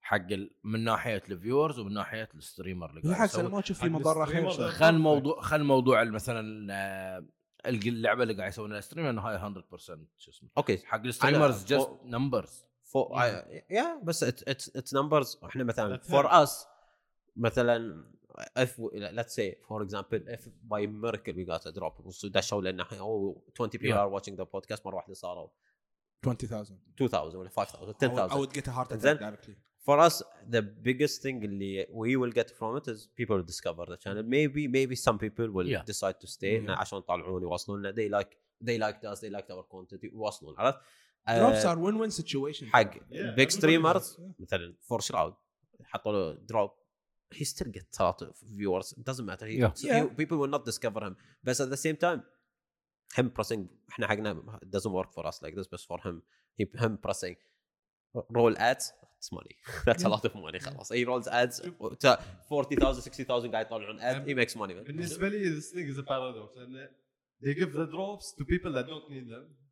[SPEAKER 2] حق ال... من ناحيه الفيورز ومن ناحيه الستريمر اللي قاعد
[SPEAKER 3] بالعكس انا
[SPEAKER 2] يسوي.
[SPEAKER 3] ما اشوف
[SPEAKER 4] حق
[SPEAKER 3] في مضره
[SPEAKER 4] الستريمر
[SPEAKER 3] خير شيء.
[SPEAKER 4] ده.
[SPEAKER 2] خل موضوع خل موضوع ال- مثلا آه، الج- اللعبه اللي قاعد يسوونها الستريمر انه هاي 100% شو اسمه
[SPEAKER 1] اوكي
[SPEAKER 2] حق الستريمرز
[SPEAKER 1] أنا-
[SPEAKER 2] جاست نمبرز
[SPEAKER 1] فور آه، يا بس اتس نمبرز احنا مثلا
[SPEAKER 4] That's
[SPEAKER 1] فور
[SPEAKER 4] fair.
[SPEAKER 1] اس مثلا اف ليتس سي فور اكزامبل اف باي ميركل وي جات دروب دشوا لان إحنا- أو 20 بيبل
[SPEAKER 2] Yeah.
[SPEAKER 1] ار واتشنج ذا بودكاست مره واحده صاروا
[SPEAKER 3] 20000
[SPEAKER 1] 2000 ولا 5000
[SPEAKER 3] I
[SPEAKER 1] 10000
[SPEAKER 3] would get a heart
[SPEAKER 1] Then-
[SPEAKER 3] attack directly
[SPEAKER 1] for us the biggest thing اللي we will get from it is people will discover the channel maybe maybe some people will
[SPEAKER 2] Yeah.
[SPEAKER 1] decide to stay إنه عشان يطلعون يواصلون لنا they like they liked us they liked our content يواصلون عرفت؟ آه،
[SPEAKER 3] دروبس ار وين وين سيتويشن
[SPEAKER 1] حق
[SPEAKER 4] Yeah,
[SPEAKER 1] بيج
[SPEAKER 4] everybody
[SPEAKER 1] ستريمرز
[SPEAKER 4] does, yeah.
[SPEAKER 1] مثلا فور شراود حطوا له دروب he still get a lot of viewers it doesn't matter he,
[SPEAKER 2] Yeah.
[SPEAKER 1] so
[SPEAKER 3] Yeah.
[SPEAKER 1] he- people will not discover him but at the same time him pressing احنا حقنا it doesn't work for us like this but for him he, him pressing roll ads it's money *laughs* that's a lot of money خلاص he rolls ads to 40,000 60,000 قاعد يطلعون ad he makes money man.
[SPEAKER 4] بالنسبه لي this thing is a paradox لأن they give the drops to people that don't need them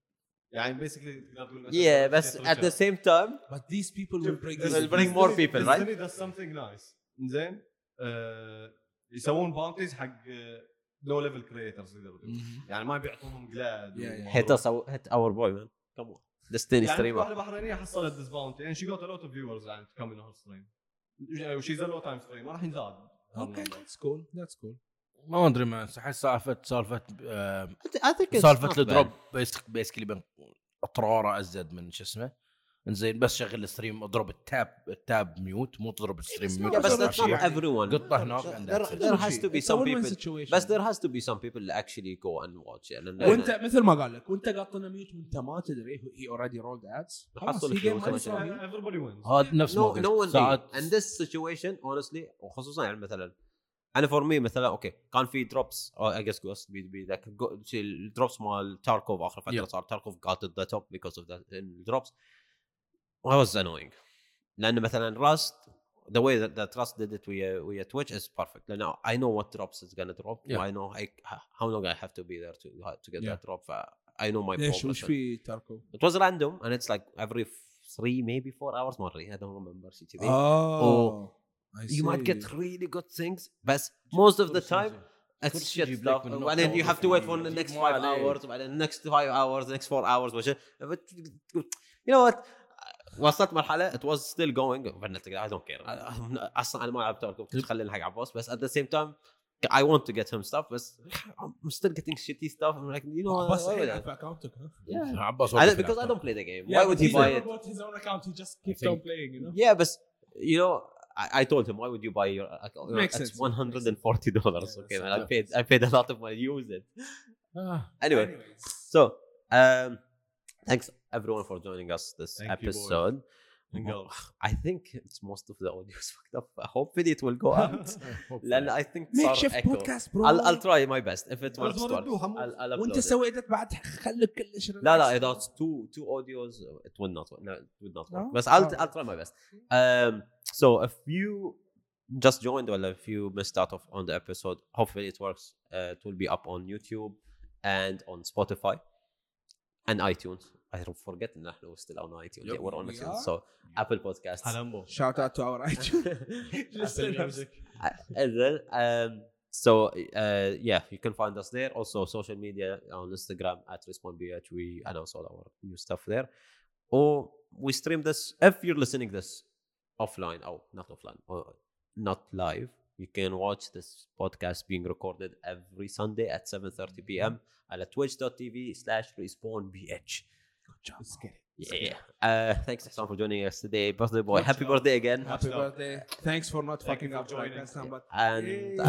[SPEAKER 4] يعني basically تقدر تقول مثلاً
[SPEAKER 1] yeah but at the same time
[SPEAKER 3] but these people will break this
[SPEAKER 1] will bring more people, right?
[SPEAKER 4] Disney does something nice زين آه، يسوون باونتيز حق آه، لو ليفل كريترز
[SPEAKER 1] Mm.
[SPEAKER 3] Mm-hmm.
[SPEAKER 4] يعني ما بيعطونهم جلاد
[SPEAKER 3] Yeah, yeah.
[SPEAKER 1] hit us our- hit our boy man come on destiny
[SPEAKER 4] يعني
[SPEAKER 1] streamer
[SPEAKER 4] واحده بحرينيه حصلت ديس باونتي and يعني she got a lot of viewers يعني to come in her stream Uh, she's a low time streamer راح ينزاد
[SPEAKER 3] okay that's cool that's cool
[SPEAKER 2] ما ادري ما احس سالفه سالفه آه،
[SPEAKER 1] I th- I think it's not
[SPEAKER 2] سالفه
[SPEAKER 1] bad.
[SPEAKER 2] الدروب بيسكلي بين اطراره ازيد من شو اسمه انزين بس شغل الستريم اضرب التاب التاب ميوت مو
[SPEAKER 1] إيه،
[SPEAKER 2] تضرب الستريم
[SPEAKER 3] بس
[SPEAKER 2] ميوت
[SPEAKER 3] ما-
[SPEAKER 1] Yeah, but
[SPEAKER 2] ولا
[SPEAKER 1] that's not
[SPEAKER 2] شيء.
[SPEAKER 1] everyone.
[SPEAKER 2] قطه هناك and
[SPEAKER 1] there-
[SPEAKER 2] that's it.
[SPEAKER 1] there has to be
[SPEAKER 3] It's a
[SPEAKER 1] some
[SPEAKER 3] win-win
[SPEAKER 1] people.
[SPEAKER 3] situation.
[SPEAKER 1] بس there has to be some people that actually go and watch it. And uh,
[SPEAKER 3] وانت مثل ما قال لك وانت قاطنا ميوت وانت ما تدري هي اوريدي رولد ادز
[SPEAKER 1] حصل فلوس ما شاء الله.
[SPEAKER 4] everybody wins
[SPEAKER 2] هذا نفس
[SPEAKER 1] no,
[SPEAKER 2] ما
[SPEAKER 1] no
[SPEAKER 2] قلت
[SPEAKER 1] one ساعات
[SPEAKER 2] ساعات
[SPEAKER 1] and this situation honestly وخصوصا يعني مثلا انا فور مي مثلا اوكي كان في دروبس اي جس جوست بي بي ذاك الدروبس مال تاركوف اخر فتره
[SPEAKER 2] Yeah.
[SPEAKER 1] صار تاركوف got at the top because of that الدروبس I was annoying لان مثلا راست the way that, that Rust did it ويا ويا Twitch is perfect لان I know what drops is gonna drop
[SPEAKER 2] Yeah.
[SPEAKER 1] I know I, how long I have to be there to to get
[SPEAKER 3] Yeah.
[SPEAKER 1] that drop ف I know my
[SPEAKER 3] ليش
[SPEAKER 1] progress.
[SPEAKER 3] وش في تاركو؟
[SPEAKER 1] It was random and it's like every three maybe four hours مرة I don't remember شيء كذي
[SPEAKER 3] اه Oh, I
[SPEAKER 1] Oh. you might
[SPEAKER 3] see. آه،
[SPEAKER 1] get really good things but most of the time it's
[SPEAKER 2] كرسي
[SPEAKER 1] shit
[SPEAKER 2] يجيب
[SPEAKER 1] stuff
[SPEAKER 2] لك من
[SPEAKER 1] and then you
[SPEAKER 2] نقطة
[SPEAKER 1] have to wait for
[SPEAKER 2] وثمانية.
[SPEAKER 1] the next
[SPEAKER 2] ما
[SPEAKER 1] five
[SPEAKER 2] عليه.
[SPEAKER 1] hours and then next five hours next four hours وشي but you know what وصلت مرحله it was still going but I don't care I- I'm not- اصلا انا ما لعبت Tarkov، كنت خليني حق عباس بس at the same time I want to get him stuff بس I'm still getting shitty stuff I'm like you know
[SPEAKER 3] Oh,
[SPEAKER 5] بس
[SPEAKER 1] why would I-
[SPEAKER 5] الحين في اكونتك ها؟
[SPEAKER 1] yeah.
[SPEAKER 2] عباس
[SPEAKER 1] I don't, because I don't play the game why
[SPEAKER 5] Yeah,
[SPEAKER 1] would
[SPEAKER 5] but
[SPEAKER 1] he
[SPEAKER 5] he's
[SPEAKER 1] buy
[SPEAKER 5] never
[SPEAKER 1] it
[SPEAKER 5] bought his own account. He just keeps
[SPEAKER 2] think-
[SPEAKER 5] on playing, you know?
[SPEAKER 1] Yeah, but you know, I, I told him, why would you buy your uh, account?
[SPEAKER 3] Makes
[SPEAKER 1] it's
[SPEAKER 3] sense.
[SPEAKER 1] one hundred and forty dollars.
[SPEAKER 3] Yeah,
[SPEAKER 1] okay,
[SPEAKER 3] that's
[SPEAKER 1] man, I paid I paid a lot of money to use it.
[SPEAKER 3] Ah.
[SPEAKER 1] Anyway,
[SPEAKER 3] Anyways.
[SPEAKER 1] so um, thanks everyone for joining us this
[SPEAKER 4] Thank you, boys.
[SPEAKER 1] episode.
[SPEAKER 4] Thank you.
[SPEAKER 1] I think it's most of the audio is *laughs* fucked up. Hopefully, it will go out. لأن I think صار
[SPEAKER 3] ميك
[SPEAKER 1] echo.
[SPEAKER 3] بودكاست برو
[SPEAKER 1] I'll, I'll try my best if it works.
[SPEAKER 4] That's what I
[SPEAKER 1] works.
[SPEAKER 4] do, Hamoud.
[SPEAKER 1] I'll, I'll
[SPEAKER 3] وانت
[SPEAKER 1] upload it.
[SPEAKER 3] سوي edit بعد خليك كلش
[SPEAKER 1] لا لا اذا it's two two audios it will not no, it will not work
[SPEAKER 3] No?
[SPEAKER 1] بس I'll
[SPEAKER 3] Oh.
[SPEAKER 1] I'll try my best um so if you just joined or if you missed out of on the episode hopefully it works uh, it will be up on YouTube and on Spotify and iTunes I forget ان احنا we're still on iTunes
[SPEAKER 2] Yep.
[SPEAKER 1] yeah, we're on
[SPEAKER 3] We
[SPEAKER 1] iTunes
[SPEAKER 3] are.
[SPEAKER 1] so Apple Podcasts
[SPEAKER 4] *laughs*
[SPEAKER 5] Halambo.
[SPEAKER 3] شاوت اوت تو
[SPEAKER 1] *laughs*
[SPEAKER 3] اور
[SPEAKER 5] Apple Music.
[SPEAKER 1] and then um so uh yeah you can find us there also social media uh, on instagram at respondbh we announce all our new stuff there or we stream this if you're listening this offline oh not offline or not live you can watch this podcast being recorded every sunday at 7:30 p.m
[SPEAKER 2] Mm-hmm.
[SPEAKER 1] at twitch.tv slash respawnbh yeah uh thanks Hassan, for joining us today birthday boy happy birthday again
[SPEAKER 3] Happy
[SPEAKER 4] Stop.
[SPEAKER 3] birthday. Thanks for not
[SPEAKER 4] Thank you
[SPEAKER 3] fucking
[SPEAKER 4] for
[SPEAKER 3] up like
[SPEAKER 4] joining.
[SPEAKER 3] last time, but
[SPEAKER 1] and uh,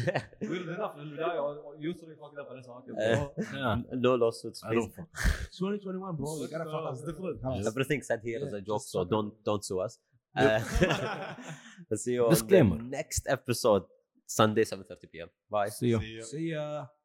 [SPEAKER 1] *laughs*
[SPEAKER 4] Weird enough للبدايه يو 3 uh, fucked up and it's okay.
[SPEAKER 1] Uh, no lawsuits.
[SPEAKER 2] I don't
[SPEAKER 1] please.
[SPEAKER 3] 2021 bro you gotta fuck us.
[SPEAKER 4] It's
[SPEAKER 3] *laughs*
[SPEAKER 4] different. *laughs*
[SPEAKER 1] Everything said here is a joke, so don't don't sue us. Uh, *laughs*
[SPEAKER 3] Yeah.
[SPEAKER 1] see you on the
[SPEAKER 2] Disclaimer.
[SPEAKER 1] next episode, Sunday, 7:30 p.m. Bye.
[SPEAKER 2] See you.
[SPEAKER 4] See ya.
[SPEAKER 3] See ya.